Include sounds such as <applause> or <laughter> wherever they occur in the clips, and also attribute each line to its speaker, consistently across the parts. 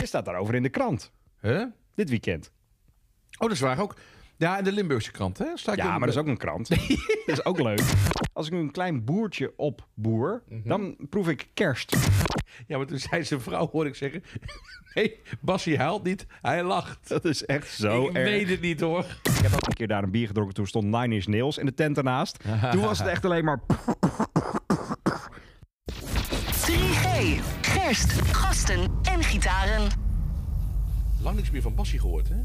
Speaker 1: Er staat daarover in de krant.
Speaker 2: Huh?
Speaker 1: Dit weekend.
Speaker 2: Oh, dat is waar ook. Ja, in de Limburgse krant, hè? Staat
Speaker 1: Ja, maar dat is ook een <laughs> krant. dat is ook leuk. Als ik nu een klein boertje opboer, dan proef ik kerst.
Speaker 2: Ja, maar toen zei zijn vrouw, hoor ik zeggen... <laughs> Nee, Bassie huilt niet, hij lacht.
Speaker 1: Dat is echt zo
Speaker 2: ik
Speaker 1: erg.
Speaker 2: weet het niet, hoor.
Speaker 1: Ik heb ook een keer daar een bier gedronken. Toen stond Nine Inch Nails in de tent ernaast. Toen was het echt alleen maar... <laughs>
Speaker 3: 3G. Gerst, gasten en gitaren.
Speaker 2: Lang niks meer van Bassie gehoord, hè?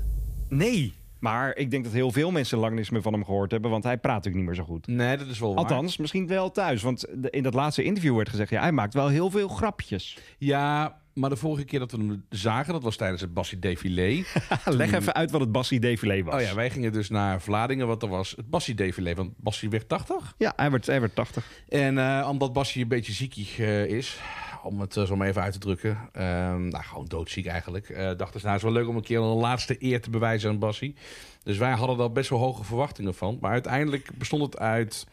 Speaker 1: Nee. Maar ik denk dat heel veel mensen lang niks meer van hem gehoord hebben. Want hij praat natuurlijk niet meer zo goed.
Speaker 2: Nee, dat is wel waar.
Speaker 1: Althans, misschien wel thuis. Want de- in dat laatste interview werd gezegd... Ja, hij maakt wel heel veel grapjes.
Speaker 2: Ja, maar de vorige keer dat we hem zagen, dat was tijdens het Bassie <laughs> Défilé.
Speaker 1: <laughs> Leg even uit wat het Bassie Défilé was.
Speaker 2: oh ja, wij gingen dus naar Vladingen, wat er was. Het Bassie Défilé, want Bassie werd 80.
Speaker 1: Ja, hij werd, hij werd 80.
Speaker 2: En eh, omdat Bassie een beetje ziekig eh, is, om het eh, zo maar even uit te drukken. ehm, nou, gewoon doodziek eigenlijk. eh dachten ze, nou, het is wel leuk om een keer een laatste eer te bewijzen aan Bassie. Dus wij hadden daar best wel hoge verwachtingen van. Maar uiteindelijk bestond het uit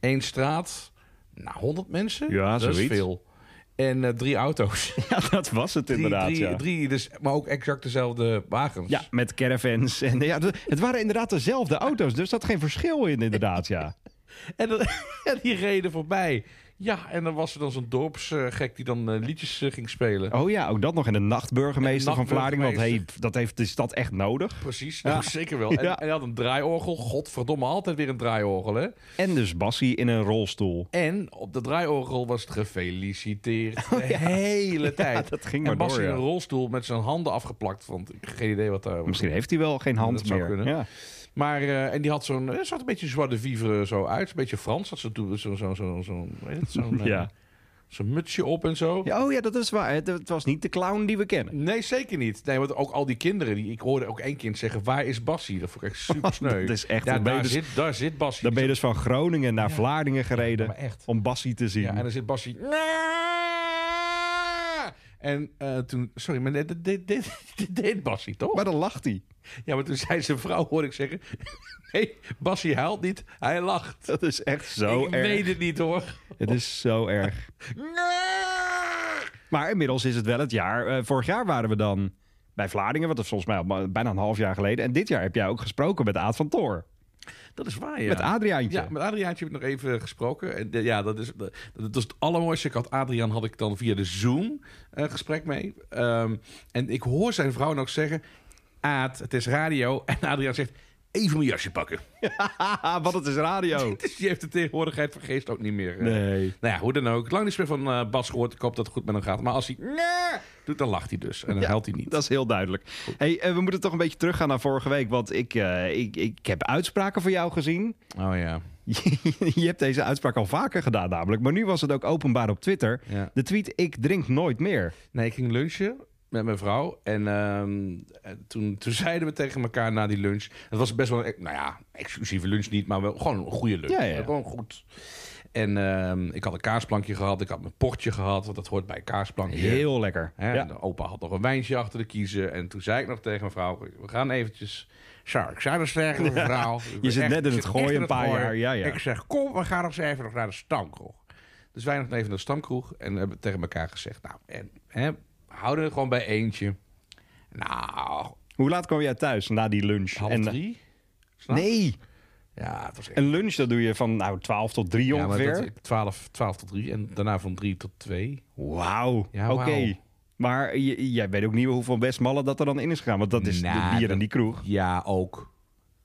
Speaker 2: één straat, nou, 100 mensen.
Speaker 1: Ja,
Speaker 2: dat is
Speaker 1: zoiets.
Speaker 2: veel. En eh, drie auto's.
Speaker 1: <laughs> Ja, dat was het <laughs>
Speaker 2: Drie-
Speaker 1: inderdaad.
Speaker 2: Drie,
Speaker 1: ja.
Speaker 2: drie dus, maar ook exact dezelfde wagens.
Speaker 1: Ja, met caravans. En ja, d- het waren inderdaad dezelfde auto's. Dus er zat geen verschil in, inderdaad. Ja.
Speaker 2: En, dan- <laughs> en die reden voorbij. Ja, en dan was er dan zo'n dorpsgek die dan eh, liedjes eh, ging spelen.
Speaker 1: Oh ja, ook dat nog. En de nachtburgemeester
Speaker 2: En de
Speaker 1: van Vlaardingen. Want hey,
Speaker 2: nachtburgemeester.
Speaker 1: dat heeft de stad echt nodig.
Speaker 2: Precies, nou, zeker wel. En,
Speaker 1: Ja.
Speaker 2: en hij had een draaiorgel. Godverdomme, altijd weer een draaiorgel, hè?
Speaker 1: En dus Bassie in een rolstoel.
Speaker 2: En op de draaiorgel was het gefeliciteerd
Speaker 1: <laughs>
Speaker 2: de hele tijd.
Speaker 1: Oh, dat ging maar
Speaker 2: en Bas
Speaker 1: door,
Speaker 2: in
Speaker 1: ja.
Speaker 2: een rolstoel met zijn handen afgeplakt. Want ik heb geen idee wat daar...
Speaker 1: Misschien heeft hij wel geen hand
Speaker 2: dat zou
Speaker 1: meer.
Speaker 2: kunnen.
Speaker 1: Ja.
Speaker 2: Maar, eh, en die had zo'n... Er zat een beetje zwarte vivre zo uit. Een beetje Frans. Had ze toen zo'n... Zo, zo, zo, weet het,
Speaker 1: <laughs>
Speaker 2: zo'n, eh,
Speaker 1: Ja.
Speaker 2: zo'n mutsje op en zo.
Speaker 1: Ja, Oh ja, dat is waar. Het, het was niet de clown die we kennen.
Speaker 2: Nee, zeker niet. Nee, want ook al die kinderen, die, ik hoorde ook één kind zeggen: waar is Bassie? Dat vond ik echt super sneu.
Speaker 1: <laughs> Dat is echt-
Speaker 2: ja,
Speaker 1: dan ben je
Speaker 2: daar,
Speaker 1: dus-
Speaker 2: zit, daar zit Bassie.
Speaker 1: Dan ben je dus van Groningen naar Vlaardingen gereden
Speaker 2: maar echt.
Speaker 1: om Bassie te zien.
Speaker 2: Ja, en dan zit Bassie. En eh, toen, sorry, maar dit, dit, dit, dit deed Bassie toch?
Speaker 1: Maar dan lacht hij.
Speaker 2: Ja, maar toen zei zijn vrouw, hoor ik zeggen: <laughs> nee, Bassie huilt niet, hij lacht.
Speaker 1: Dat is echt zo
Speaker 2: ik
Speaker 1: erg.
Speaker 2: weet het niet hoor.
Speaker 1: Het is zo erg. Maar inmiddels is het wel het jaar. Eh, vorig jaar waren we dan bij Vlaardingen, wat is volgens mij al ma- bijna een half jaar geleden. En dit jaar heb jij ook gesproken met Aad van Toor. <laughs>
Speaker 2: Dat is waar, ja.
Speaker 1: Met Adriaantje.
Speaker 2: Ja, met Adriaantje heb ik nog even gesproken. En de- ja, dat is, dat, dat is het allermooiste. Ik had Adriaan had ik dan via de Zoom een gesprek mee. Ehm, en ik hoor zijn vrouw nog zeggen... Aad, het is radio. En Adriaan zegt... Even mijn jasje pakken.
Speaker 1: Haha, wat het is radio.
Speaker 2: Dus die heeft de tegenwoordigheid van geest ook niet meer. eh.
Speaker 1: Nee.
Speaker 2: Nou ja, hoe dan ook. Lang niets meer van eh, Bas gehoord. Ik hoop dat het goed met hem gaat. Maar als hij nee doet, dan lacht hij dus. En <laughs> dan
Speaker 1: Ja,
Speaker 2: huilt hij niet.
Speaker 1: Dat is heel duidelijk. Hey, eh, we moeten toch een beetje teruggaan naar vorige week. Want ik, eh, ik, ik heb uitspraken voor jou gezien. <laughs>
Speaker 2: Oh ja.
Speaker 1: Je hebt deze uitspraak al vaker gedaan namelijk. Maar nu was het ook openbaar op Twitter.
Speaker 2: Ja.
Speaker 1: De tweet, ik drink nooit meer.
Speaker 2: Nee, ik ging lunchen met mijn vrouw. En ehm, en toen, toen zeiden we tegen elkaar na die lunch. Het was best wel, een, nou ja, exclusieve lunch niet, maar wel gewoon een goede lunch.
Speaker 1: Ja, ja.
Speaker 2: Gewoon goed. En ehm, ik had een kaasplankje gehad, ik had mijn portje gehad, want dat hoort bij een kaasplankje.
Speaker 1: Heel lekker.
Speaker 2: Hè, en
Speaker 1: Ja.
Speaker 2: de opa had nog een wijntje achter de kiezen. En toen zei ik nog tegen mijn vrouw, we gaan eventjes... Shark, zou dat zeggen, mevrouw?
Speaker 1: Je zit net in
Speaker 2: ik
Speaker 1: het
Speaker 2: zit
Speaker 1: gooien
Speaker 2: echt in
Speaker 1: een
Speaker 2: het
Speaker 1: paar
Speaker 2: gooien.
Speaker 1: jaar, ja, ja.
Speaker 2: Ik zeg, kom, we gaan nog eens even nog naar de stamkroeg. Dus wij nog even naar de stamkroeg. En hebben tegen elkaar gezegd, nou, en, hè, houden er gewoon bij eentje. Nou,
Speaker 1: Hoe laat kwam jij thuis na die lunch?
Speaker 2: half
Speaker 1: En- eh,
Speaker 2: drie? S'nachts?
Speaker 1: Nee,
Speaker 2: Ja, het was echt...
Speaker 1: een lunch dat doe je van nou, 12 tot 3
Speaker 2: ja, maar
Speaker 1: ongeveer.
Speaker 2: dat- twaalf, twaalf tot drie. En daarna van drie tot twee.
Speaker 1: Wauw,
Speaker 2: Ja,
Speaker 1: oké.
Speaker 2: wauw.
Speaker 1: Maar j- jij weet ook niet hoeveel bestmallen dat er dan in is gegaan. Want dat is
Speaker 2: Nou,
Speaker 1: de bier
Speaker 2: dat-
Speaker 1: in die kroeg.
Speaker 2: Ja, ook.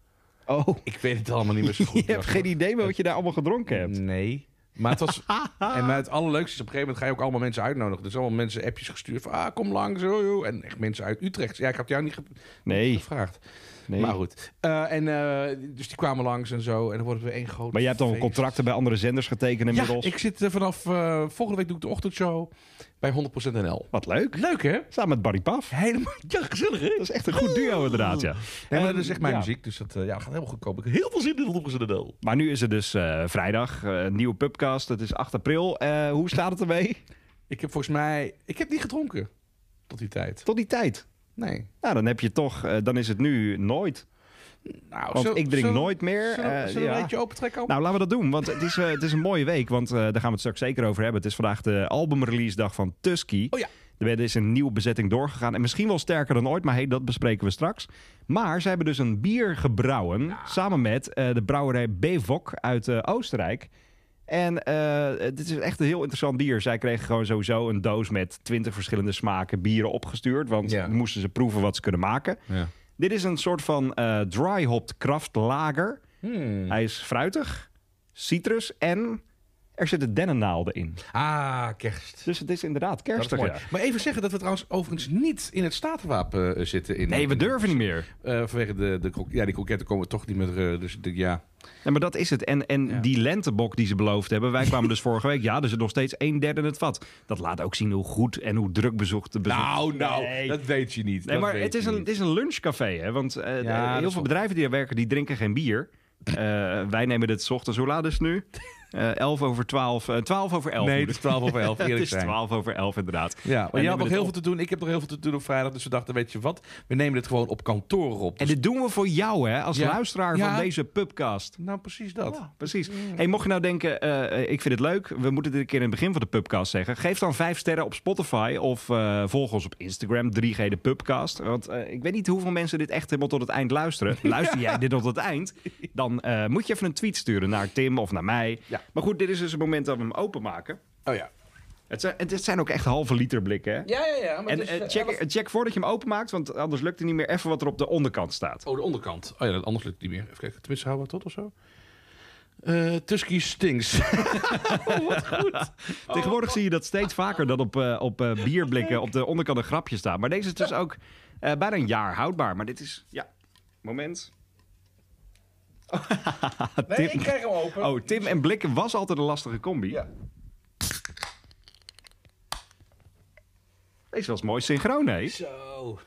Speaker 1: <laughs> Oh,
Speaker 2: Ik weet het allemaal niet
Speaker 1: <laughs>
Speaker 2: meer zo goed. Mm.
Speaker 1: je hebt geen idee meer wat je daar allemaal gedronken hebt.
Speaker 2: Nee. Maar het
Speaker 1: <laughs>
Speaker 2: was. en maar het allerleukste is op een gegeven moment ga je ook allemaal mensen uitnodigen. Dus allemaal mensen appjes gestuurd van ah, kom langs. zo joh. En echt mensen uit Utrecht. Ja, ik had jou niet ge-
Speaker 1: Nee,
Speaker 2: gevraagd.
Speaker 1: nee.
Speaker 2: Maar
Speaker 1: Maar,
Speaker 2: goed. Eh, en eh, dus die kwamen langs en zo. En dan wordt het weer één groot.
Speaker 1: jij hebt dan
Speaker 2: feest.
Speaker 1: contracten bij andere zenders getekend
Speaker 2: Ja,
Speaker 1: inmiddels.
Speaker 2: ik zit eh, vanaf eh, volgende week doe ik de ochtendshow bij 100% NL.
Speaker 1: Wat leuk.
Speaker 2: Leuk hè?
Speaker 1: Samen met Barry Paf.
Speaker 2: Helemaal ja, gezellig hè?
Speaker 1: Dat is echt een goed duo inderdaad, ja.
Speaker 2: Nee, maar
Speaker 1: En,
Speaker 2: dat is echt mijn
Speaker 1: ja.
Speaker 2: muziek, dus dat eh, ja, gaat helemaal goed komen. Ik heb heel veel zin in 100% NL.
Speaker 1: Maar nu is het dus eh, vrijdag, eh, een nieuwe pubcast. Het is 8 april. Eh, hoe staat het ermee?
Speaker 2: Ik heb volgens mij, ik heb niet gedronken tot die tijd.
Speaker 1: Tot die tijd.
Speaker 2: Nee.
Speaker 1: Nou, dan heb je toch, eh, dan is het nu nooit.
Speaker 2: Nou,
Speaker 1: Want
Speaker 2: zullen-
Speaker 1: ik drink
Speaker 2: zullen-
Speaker 1: nooit meer.
Speaker 2: Zullen,
Speaker 1: eh,
Speaker 2: zullen we
Speaker 1: ja.
Speaker 2: een beetje opentrekken?
Speaker 1: Nou, laten we dat doen, want het is, eh, het is een mooie week. Want eh, daar gaan we het straks zeker over hebben. Het is vandaag de albumrelease dag van Tusky.
Speaker 2: Oh ja.
Speaker 1: Er werd- is een nieuwe bezetting doorgegaan. En misschien wel sterker dan ooit, maar hey, dat bespreken we straks. Maar ze hebben dus een bier gebrouwen. Samen met eh, de brouwerij Bevok uit eh, Oostenrijk. En eh, dit is echt een heel interessant bier. Zij kregen gewoon sowieso een doos met 20 verschillende smaken bieren opgestuurd. Want
Speaker 2: Ja.
Speaker 1: moesten ze proeven wat ze kunnen maken.
Speaker 2: Ja.
Speaker 1: Dit is een soort van eh dry hopped kraftlager.
Speaker 2: Hmm. Hm.
Speaker 1: Hij is fruitig, citrus en er zitten dennennaalden in.
Speaker 2: Ah, kerst.
Speaker 1: Dus het is inderdaad
Speaker 2: Dat is
Speaker 1: kerstig.
Speaker 2: mooi.
Speaker 1: ja.
Speaker 2: Maar even zeggen dat we trouwens overigens niet in het statenwapen eh, zitten. In,
Speaker 1: Nee, we durven niet meer.
Speaker 2: Eh, vanwege de, de krok- ja, die kroketten komen we toch niet meer. eh, dus de- ja.
Speaker 1: Nee, maar dat is het. En, en
Speaker 2: Ja.
Speaker 1: die lentebok die ze beloofd hebben. Wij kwamen dus <laughs> vorige week. Ja, er zit nog steeds een derde in het vat. Dat laat ook zien hoe goed en hoe druk bezocht de bezoek.
Speaker 2: Nou, nou,
Speaker 1: Nee.
Speaker 2: dat weet je niet.
Speaker 1: Nee,
Speaker 2: dat
Speaker 1: maar
Speaker 2: weet
Speaker 1: het is,
Speaker 2: je
Speaker 1: een,
Speaker 2: niet.
Speaker 1: het is een lunchcafé, hè? Want eh, de-
Speaker 2: dat is
Speaker 1: heel veel
Speaker 2: wel-
Speaker 1: bedrijven die daar werken, die drinken geen bier. Eh, wij nemen dit 's ochtends. Hoe laat is het nu?
Speaker 2: <laughs>
Speaker 1: Eh 11 over 12. eh 12 over 11.
Speaker 2: <laughs> Nee,
Speaker 1: moet
Speaker 2: <laughs> het is 12 over
Speaker 1: <laughs>
Speaker 2: 11,
Speaker 1: het
Speaker 2: eerlijk
Speaker 1: is
Speaker 2: zijn.
Speaker 1: 12 over 11 inderdaad.
Speaker 2: Ja,
Speaker 1: Wij
Speaker 2: maar jij
Speaker 1: nemen
Speaker 2: had nog
Speaker 1: het
Speaker 2: heel
Speaker 1: op.
Speaker 2: veel te doen. Ik heb nog heel veel te doen op vrijdag. Dus we dachten, weet je wat? We nemen dit gewoon op kantoor op.
Speaker 1: En
Speaker 2: Dus-
Speaker 1: dit doen we voor jou, hè? Als
Speaker 2: Ja.
Speaker 1: luisteraar
Speaker 2: Ja.
Speaker 1: van deze pubcast.
Speaker 2: nou, precies dat.
Speaker 1: Ja, precies. Hey, mocht je nou denken, eh, eh, ik vind het leuk, we moeten dit een keer in het begin van de pubcast zeggen. Geef dan vijf sterren op Spotify of eh, volg ons op Instagram, 3G de pubcast. Want eh, ik weet niet hoeveel mensen dit echt helemaal tot het eind
Speaker 2: <laughs>
Speaker 1: luisteren. Luister jij dit tot het eind, dan eh, moet je even een tweet sturen naar Tim of naar mij.
Speaker 2: Ja.
Speaker 1: Maar goed, dit is dus het moment dat we hem openmaken.
Speaker 2: Oh ja.
Speaker 1: Het zijn, het zijn ook echt halve liter blikken, hè?
Speaker 2: Ja, ja, ja. Maar
Speaker 1: En
Speaker 2: dus,
Speaker 1: eh,
Speaker 2: eh,
Speaker 1: check,
Speaker 2: elf-
Speaker 1: check voordat je hem openmaakt, want anders lukt het niet meer even wat er op de onderkant staat.
Speaker 2: Oh, de onderkant. Oh ja, dat anders lukt het niet meer. Even kijken. Tenminste, houden we het tot of zo? Eh Tusky Stinks.
Speaker 1: Tegenwoordig zie je dat steeds vaker dat op, eh, op eh, bierblikken op de onderkant een grapje staat. Maar deze is dus ook eh, bijna een jaar houdbaar. Maar dit is, ja, moment. Tim-
Speaker 2: krijg hem open.
Speaker 1: Oh, Tim en blikken was altijd een lastige combi.
Speaker 2: Ja.
Speaker 1: Deze was mooi synchroon, hè?
Speaker 2: Zo.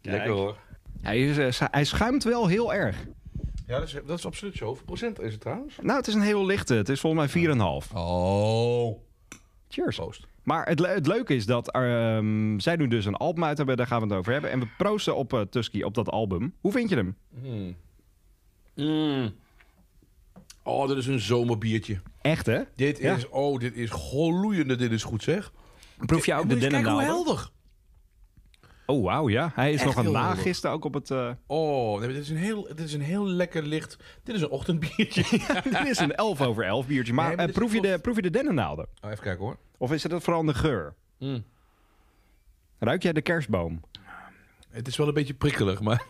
Speaker 1: Kijk.
Speaker 2: Lekker hoor.
Speaker 1: Hij, is, eh, schu- hij schuimt wel heel erg.
Speaker 2: Ja, dat is, dat is absoluut zo. Hoeveel procent is het trouwens?
Speaker 1: Nou, het is een heel lichte. Het is volgens mij 4,5.
Speaker 2: Oh.
Speaker 1: Cheers.
Speaker 2: Proost.
Speaker 1: Maar het, le- het leuke is dat ehm, zij nu dus een album uit hebben. Daar gaan we het over hebben. En we proosten op eh, Tusky, op dat album. Hoe vind je hem?
Speaker 2: Mm. Oh, dit is een zomerbiertje.
Speaker 1: Echt, hè?
Speaker 2: Dit
Speaker 1: Ja.
Speaker 2: is, oh, dit is gloeiende. Dit is goed zeg.
Speaker 1: Proef je ook de
Speaker 2: Kijk hoe
Speaker 1: dennennaalden?
Speaker 2: helder.
Speaker 1: Oh, wauw, ja. Hij is
Speaker 2: Echt
Speaker 1: nog aan het
Speaker 2: heel
Speaker 1: nagisten ook op het... eh,
Speaker 2: Oh, nee, dit, is een heel, dit is een heel lekker licht. Dit is een <laughs> ochtendbiertje.
Speaker 1: Dit is een 11 over 11 biertje. Maar,
Speaker 2: Nee, maar
Speaker 1: eh,
Speaker 2: dit is
Speaker 1: proef, je
Speaker 2: wel-
Speaker 1: de, proef je de dennennaalden?
Speaker 2: Oh, even kijken hoor.
Speaker 1: Of is het vooral aan de geur?
Speaker 2: Mm.
Speaker 1: Ruik jij de kerstboom?
Speaker 2: Het is wel een beetje prikkelig, maar... <laughs>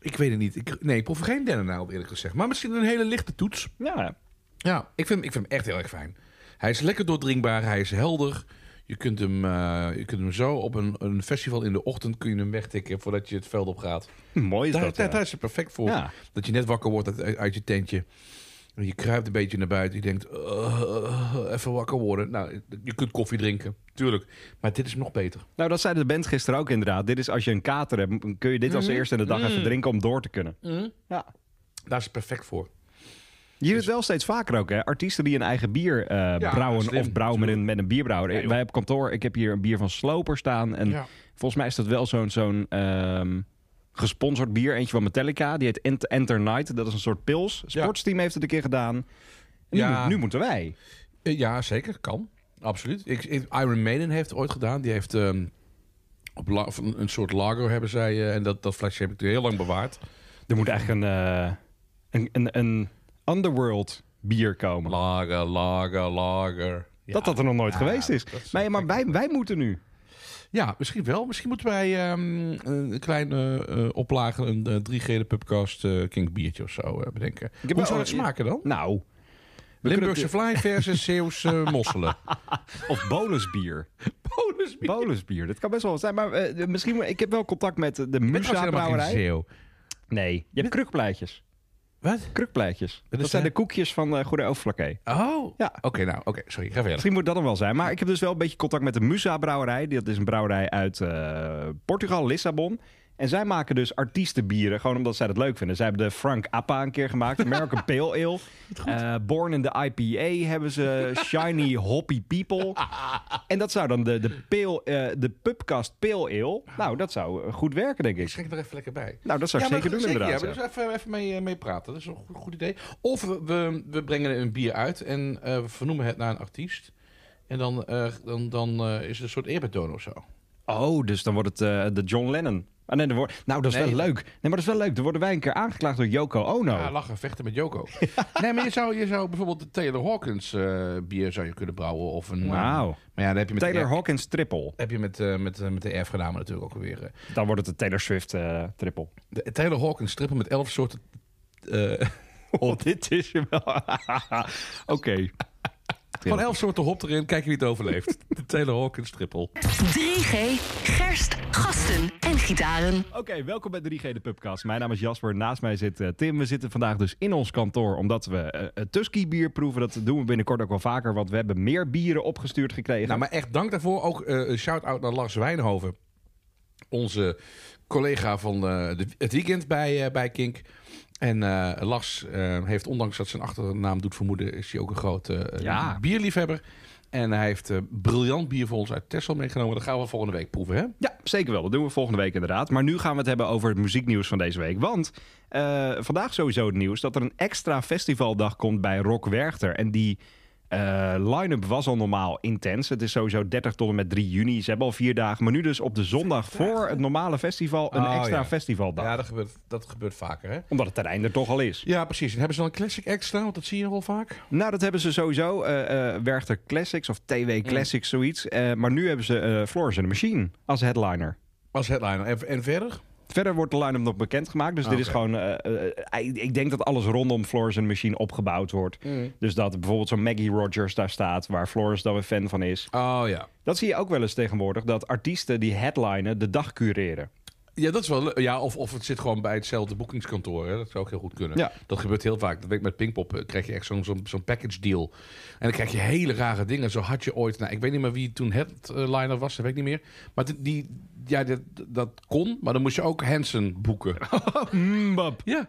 Speaker 2: Ik weet het niet. Ik, nee, ik proef geen dennennaald eerlijk gezegd. Maar misschien een hele lichte toets.
Speaker 1: Ja.
Speaker 2: Ja, ik vind, hem- ik vind hem echt heel erg fijn. Hij is lekker doordringbaar, hij is helder. Je kunt hem, eh, je kunt hem zo op een, een festival in de ochtend kun je hem wegtikken voordat je het veld op gaat.
Speaker 1: Mooi is
Speaker 2: Daar,
Speaker 1: dat.
Speaker 2: daar,
Speaker 1: ja.
Speaker 2: daar is het perfect voor.
Speaker 1: Ja.
Speaker 2: Dat je net wakker wordt uit, uit je tentje. En Je kruipt een beetje naar buiten. Je denkt, "Eh, even wakker worden. Nou, je kunt koffie drinken, tuurlijk. Maar dit is nog beter.
Speaker 1: Nou, dat zei de band gisteren ook inderdaad. Dit is als je een kater hebt, m- kun je dit als
Speaker 2: Mhm.
Speaker 1: eerste in de dag
Speaker 2: Mm.
Speaker 1: even drinken om door te kunnen. Ja.
Speaker 2: Daar is het perfect voor.
Speaker 1: Je
Speaker 2: Dus-
Speaker 1: ziet het wel steeds vaker ook, hè? Artiesten die een eigen bier eh, brouwen
Speaker 2: slim,
Speaker 1: of brouwen met een, met een bierbrouwer. Eh,
Speaker 2: Ja, joh.
Speaker 1: Wij op kantoor, ik heb hier een bier van Sloper staan. En
Speaker 2: Ja.
Speaker 1: volgens mij is dat wel zo'n zo'n ehm, gesponsord bier. Eentje van Metallica, die heet Ent- Enter Night. Dat is een soort pils. Sportsteam heeft het een keer gedaan. En nu,
Speaker 2: Ja.
Speaker 1: moet- nu moeten wij.
Speaker 2: Eh, Ja, zeker. Kan. Absoluut. Ik, ik- Iron Maiden heeft het ooit gedaan. Die heeft ehm, op la- of een, een soort lager hebben zij. eh, en dat, dat flesje heb ik heel lang bewaard.
Speaker 1: Er moet echt een, eh, een, een, een underworld bier komen.
Speaker 2: Lager, lager, lager. Ja,
Speaker 1: dat dat er nog nooit
Speaker 2: ja,
Speaker 1: geweest is.
Speaker 2: dat is
Speaker 1: Maar, maar wij, wij moeten nu.
Speaker 2: ja misschien wel. Misschien moeten wij ehm, een kleine eh oplage, een eh, 3G de pubcast eh King Biertje of zo eh, bedenken.
Speaker 1: heb
Speaker 2: Hoe
Speaker 1: wel-
Speaker 2: zou het smaken dan?
Speaker 1: Nou,
Speaker 2: Limburgse Vlaai
Speaker 1: <laughs>
Speaker 2: versus Zeeuwse mosselen.
Speaker 1: of <laughs> bolusbier.
Speaker 2: Bonus
Speaker 1: Bolusbier, dat kan best wel wat zijn. Maar eh, misschien, moet- ik heb wel contact met eh, de
Speaker 2: Ik was helemaal geen
Speaker 1: Musa-brouwerij.
Speaker 2: Zeeuw.
Speaker 1: Nee, je hebt krukpleitjes.
Speaker 2: Wat?
Speaker 1: Krukpleitjes. Dat,
Speaker 2: is
Speaker 1: zijn de
Speaker 2: dat?
Speaker 1: koekjes van eh Goede Overflakkee.
Speaker 2: Oh.
Speaker 1: Ja.
Speaker 2: Oké, nou, oké. sorry, ga verder.
Speaker 1: Misschien moet dat hem wel zijn. Maar ik heb dus wel een beetje contact met de Musa-brouwerij. Dat is een brouwerij uit eh, Portugal, Lissabon. En zij maken dus artiestenbieren, gewoon omdat zij dat leuk vinden. Zij hebben de Frank Appa een keer gemaakt,
Speaker 2: <laughs>
Speaker 1: American Pale Ale. Eh, Born in the IPA hebben ze, Shiny Hoppy
Speaker 2: <laughs>
Speaker 1: People. En dat zou dan de, de, pale, eh, de Pubcast Pale Ale, nou dat zou eh, goed werken denk ik.
Speaker 2: Schenk er even lekker bij.
Speaker 1: Nou, dat zou ik
Speaker 2: maar
Speaker 1: zeker doen inderdaad.
Speaker 2: Ja,
Speaker 1: ja.
Speaker 2: maar dus even, even mee, eh, mee praten. Dat is een goed, goed idee. Of we, we, we brengen een bier uit en eh, we vernoemen het naar een artiest. En dan, eh, dan, dan eh, is het een soort eerbetoon of zo.
Speaker 1: Oh, dus dan wordt het eh, de John Lennon. Ah, nee, dan wordt... Nou, dat is
Speaker 2: Nee.
Speaker 1: wel leuk. Nee, maar dat is wel leuk. Dan worden wij een keer aangeklaagd door Yoko Ono.
Speaker 2: Ja, Ah, lachen, vechten met Joko. <laughs> nee, maar je zou, je zou bijvoorbeeld de Taylor Hawkins eh, bier zou je kunnen brouwen. Of een, eh,
Speaker 1: Wauw.
Speaker 2: maar ja, dan heb je met,
Speaker 1: Taylor
Speaker 2: de,
Speaker 1: Hawkins triple.
Speaker 2: heb je met, eh, met, eh, met de erfgenamen natuurlijk ook weer. eh.
Speaker 1: Dan wordt het de Taylor Swift eh triple.
Speaker 2: De Taylor Hawkins strippen met elf soorten... eh,
Speaker 1: <laughs>
Speaker 2: <laughs>
Speaker 1: Oh, dit is je wel. <laughs> Oké.
Speaker 2: Gewoon elf soorten hop erin, kijken wie het
Speaker 1: <laughs>
Speaker 2: overleeft. De Taylor Hawkins triple.
Speaker 3: 3G, gerst, gasten en gitaren.
Speaker 1: Oké, welkom bij 3G de Pubcast. Mijn naam is Jasper, naast mij zit eh, Tim. We zitten vandaag dus in ons kantoor omdat we eh, het Tusky bier proeven. Dat doen we binnenkort ook wel vaker, want we hebben meer bieren opgestuurd gekregen.
Speaker 2: Nou, maar echt dank daarvoor. Ook eh, een shout-out naar Lars Wijnhoven. Onze collega van eh, de- het weekend bij, eh, bij Kink. En eh, Lars eh, heeft, ondanks dat zijn achternaam doet vermoeden... is hij ook een grote eh,
Speaker 1: Ja.
Speaker 2: bierliefhebber. En hij heeft eh, briljant bier voor ons uit Texel meegenomen. Dat gaan we volgende week proeven, hè?
Speaker 1: Ja, zeker wel. Dat doen we volgende week inderdaad. Maar nu gaan we het hebben over het muzieknieuws van deze week. Want eh, vandaag sowieso het nieuws dat er een extra festivaldag komt bij Rock Werchter. En die eh, line-up was al normaal intens. Het is sowieso 30 tot en met 3 juni. Ze hebben al vier dagen. Maar nu dus op de zondag voor het normale festival een
Speaker 2: Oh,
Speaker 1: extra
Speaker 2: ja.
Speaker 1: festivaldag.
Speaker 2: Ja, dat gebeurt, dat gebeurt vaker, hè?
Speaker 1: Omdat het terrein er toch al is.
Speaker 2: Ja, precies. En hebben ze dan een classic extra? Want dat zie je nogal vaak.
Speaker 1: Nou, dat hebben ze sowieso. eh eh Werchter Classics of TW Classics,
Speaker 2: Mm.
Speaker 1: zoiets. Eh, maar nu hebben ze eh Florence and the Machine als headliner.
Speaker 2: Als headliner. En, en verder?
Speaker 1: Verder wordt de line-up nog bekendgemaakt. Dus
Speaker 2: Ah,
Speaker 1: dit is
Speaker 2: oké.
Speaker 1: gewoon... eh, eh, ik- ik denk dat alles rondom Florence and the Machine opgebouwd wordt.
Speaker 2: Mm.
Speaker 1: Dus dat bijvoorbeeld zo'n Maggie Rogers daar staat... waar Florence dan een fan van is.
Speaker 2: Oh ja.
Speaker 1: Dat zie je ook wel eens tegenwoordig. Dat artiesten die headlinen de dag cureren.
Speaker 2: Ja, dat is wel. le- Ja, of, of het zit gewoon bij hetzelfde boekingskantoor. Hè? Dat zou ook heel goed kunnen.
Speaker 1: Ja.
Speaker 2: Dat gebeurt heel vaak. Dat weet ik met Pinkpop. eh, Krijg je echt zo'n zo'n zo'n package deal. En dan krijg je hele rare dingen. Zo had je ooit. Nou, ik weet niet meer wie toen headliner was. Dat weet ik niet meer. Maar die- die, ja, dat, dat kon. Maar dan moest je ook Hansen boeken.
Speaker 1: Mbap.
Speaker 2: ja.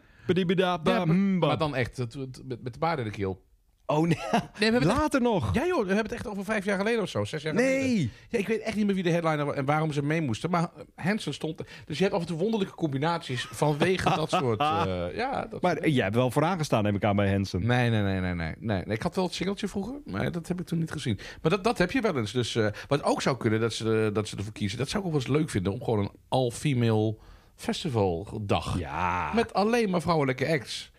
Speaker 2: ja, maar, maar dan echt het- het- met, met de baard in de keel.
Speaker 1: Oh, nee.
Speaker 2: Nee, we hebben het
Speaker 1: Later nog.
Speaker 2: echt, ja, joh. We hebben het echt over vijf jaar geleden of zo. Zes jaar geleden.
Speaker 1: Nee.
Speaker 2: Ja, ik weet echt niet meer wie de headliner was en waarom ze mee moesten. Maar Hansen stond er. Dus je hebt af en toe wonderlijke combinaties vanwege dat
Speaker 1: <laughs>
Speaker 2: soort... eh, ja, dat...
Speaker 1: Maar eh, jij hebt wel vooraan gestaan, neem ik aan, bij Hanson.
Speaker 2: Nee, nee, nee, nee, nee, nee. Nee, Ik had wel het singeltje vroeger, maar dat heb ik toen niet gezien. Maar dat, dat heb je wel eens. Dus, eh, wat ook zou kunnen, dat ze, eh, dat ze ervoor kiezen... dat zou ik ook wel eens leuk vinden, om gewoon een all-female festivaldag...
Speaker 1: Ja.
Speaker 2: met alleen maar vrouwelijke acts.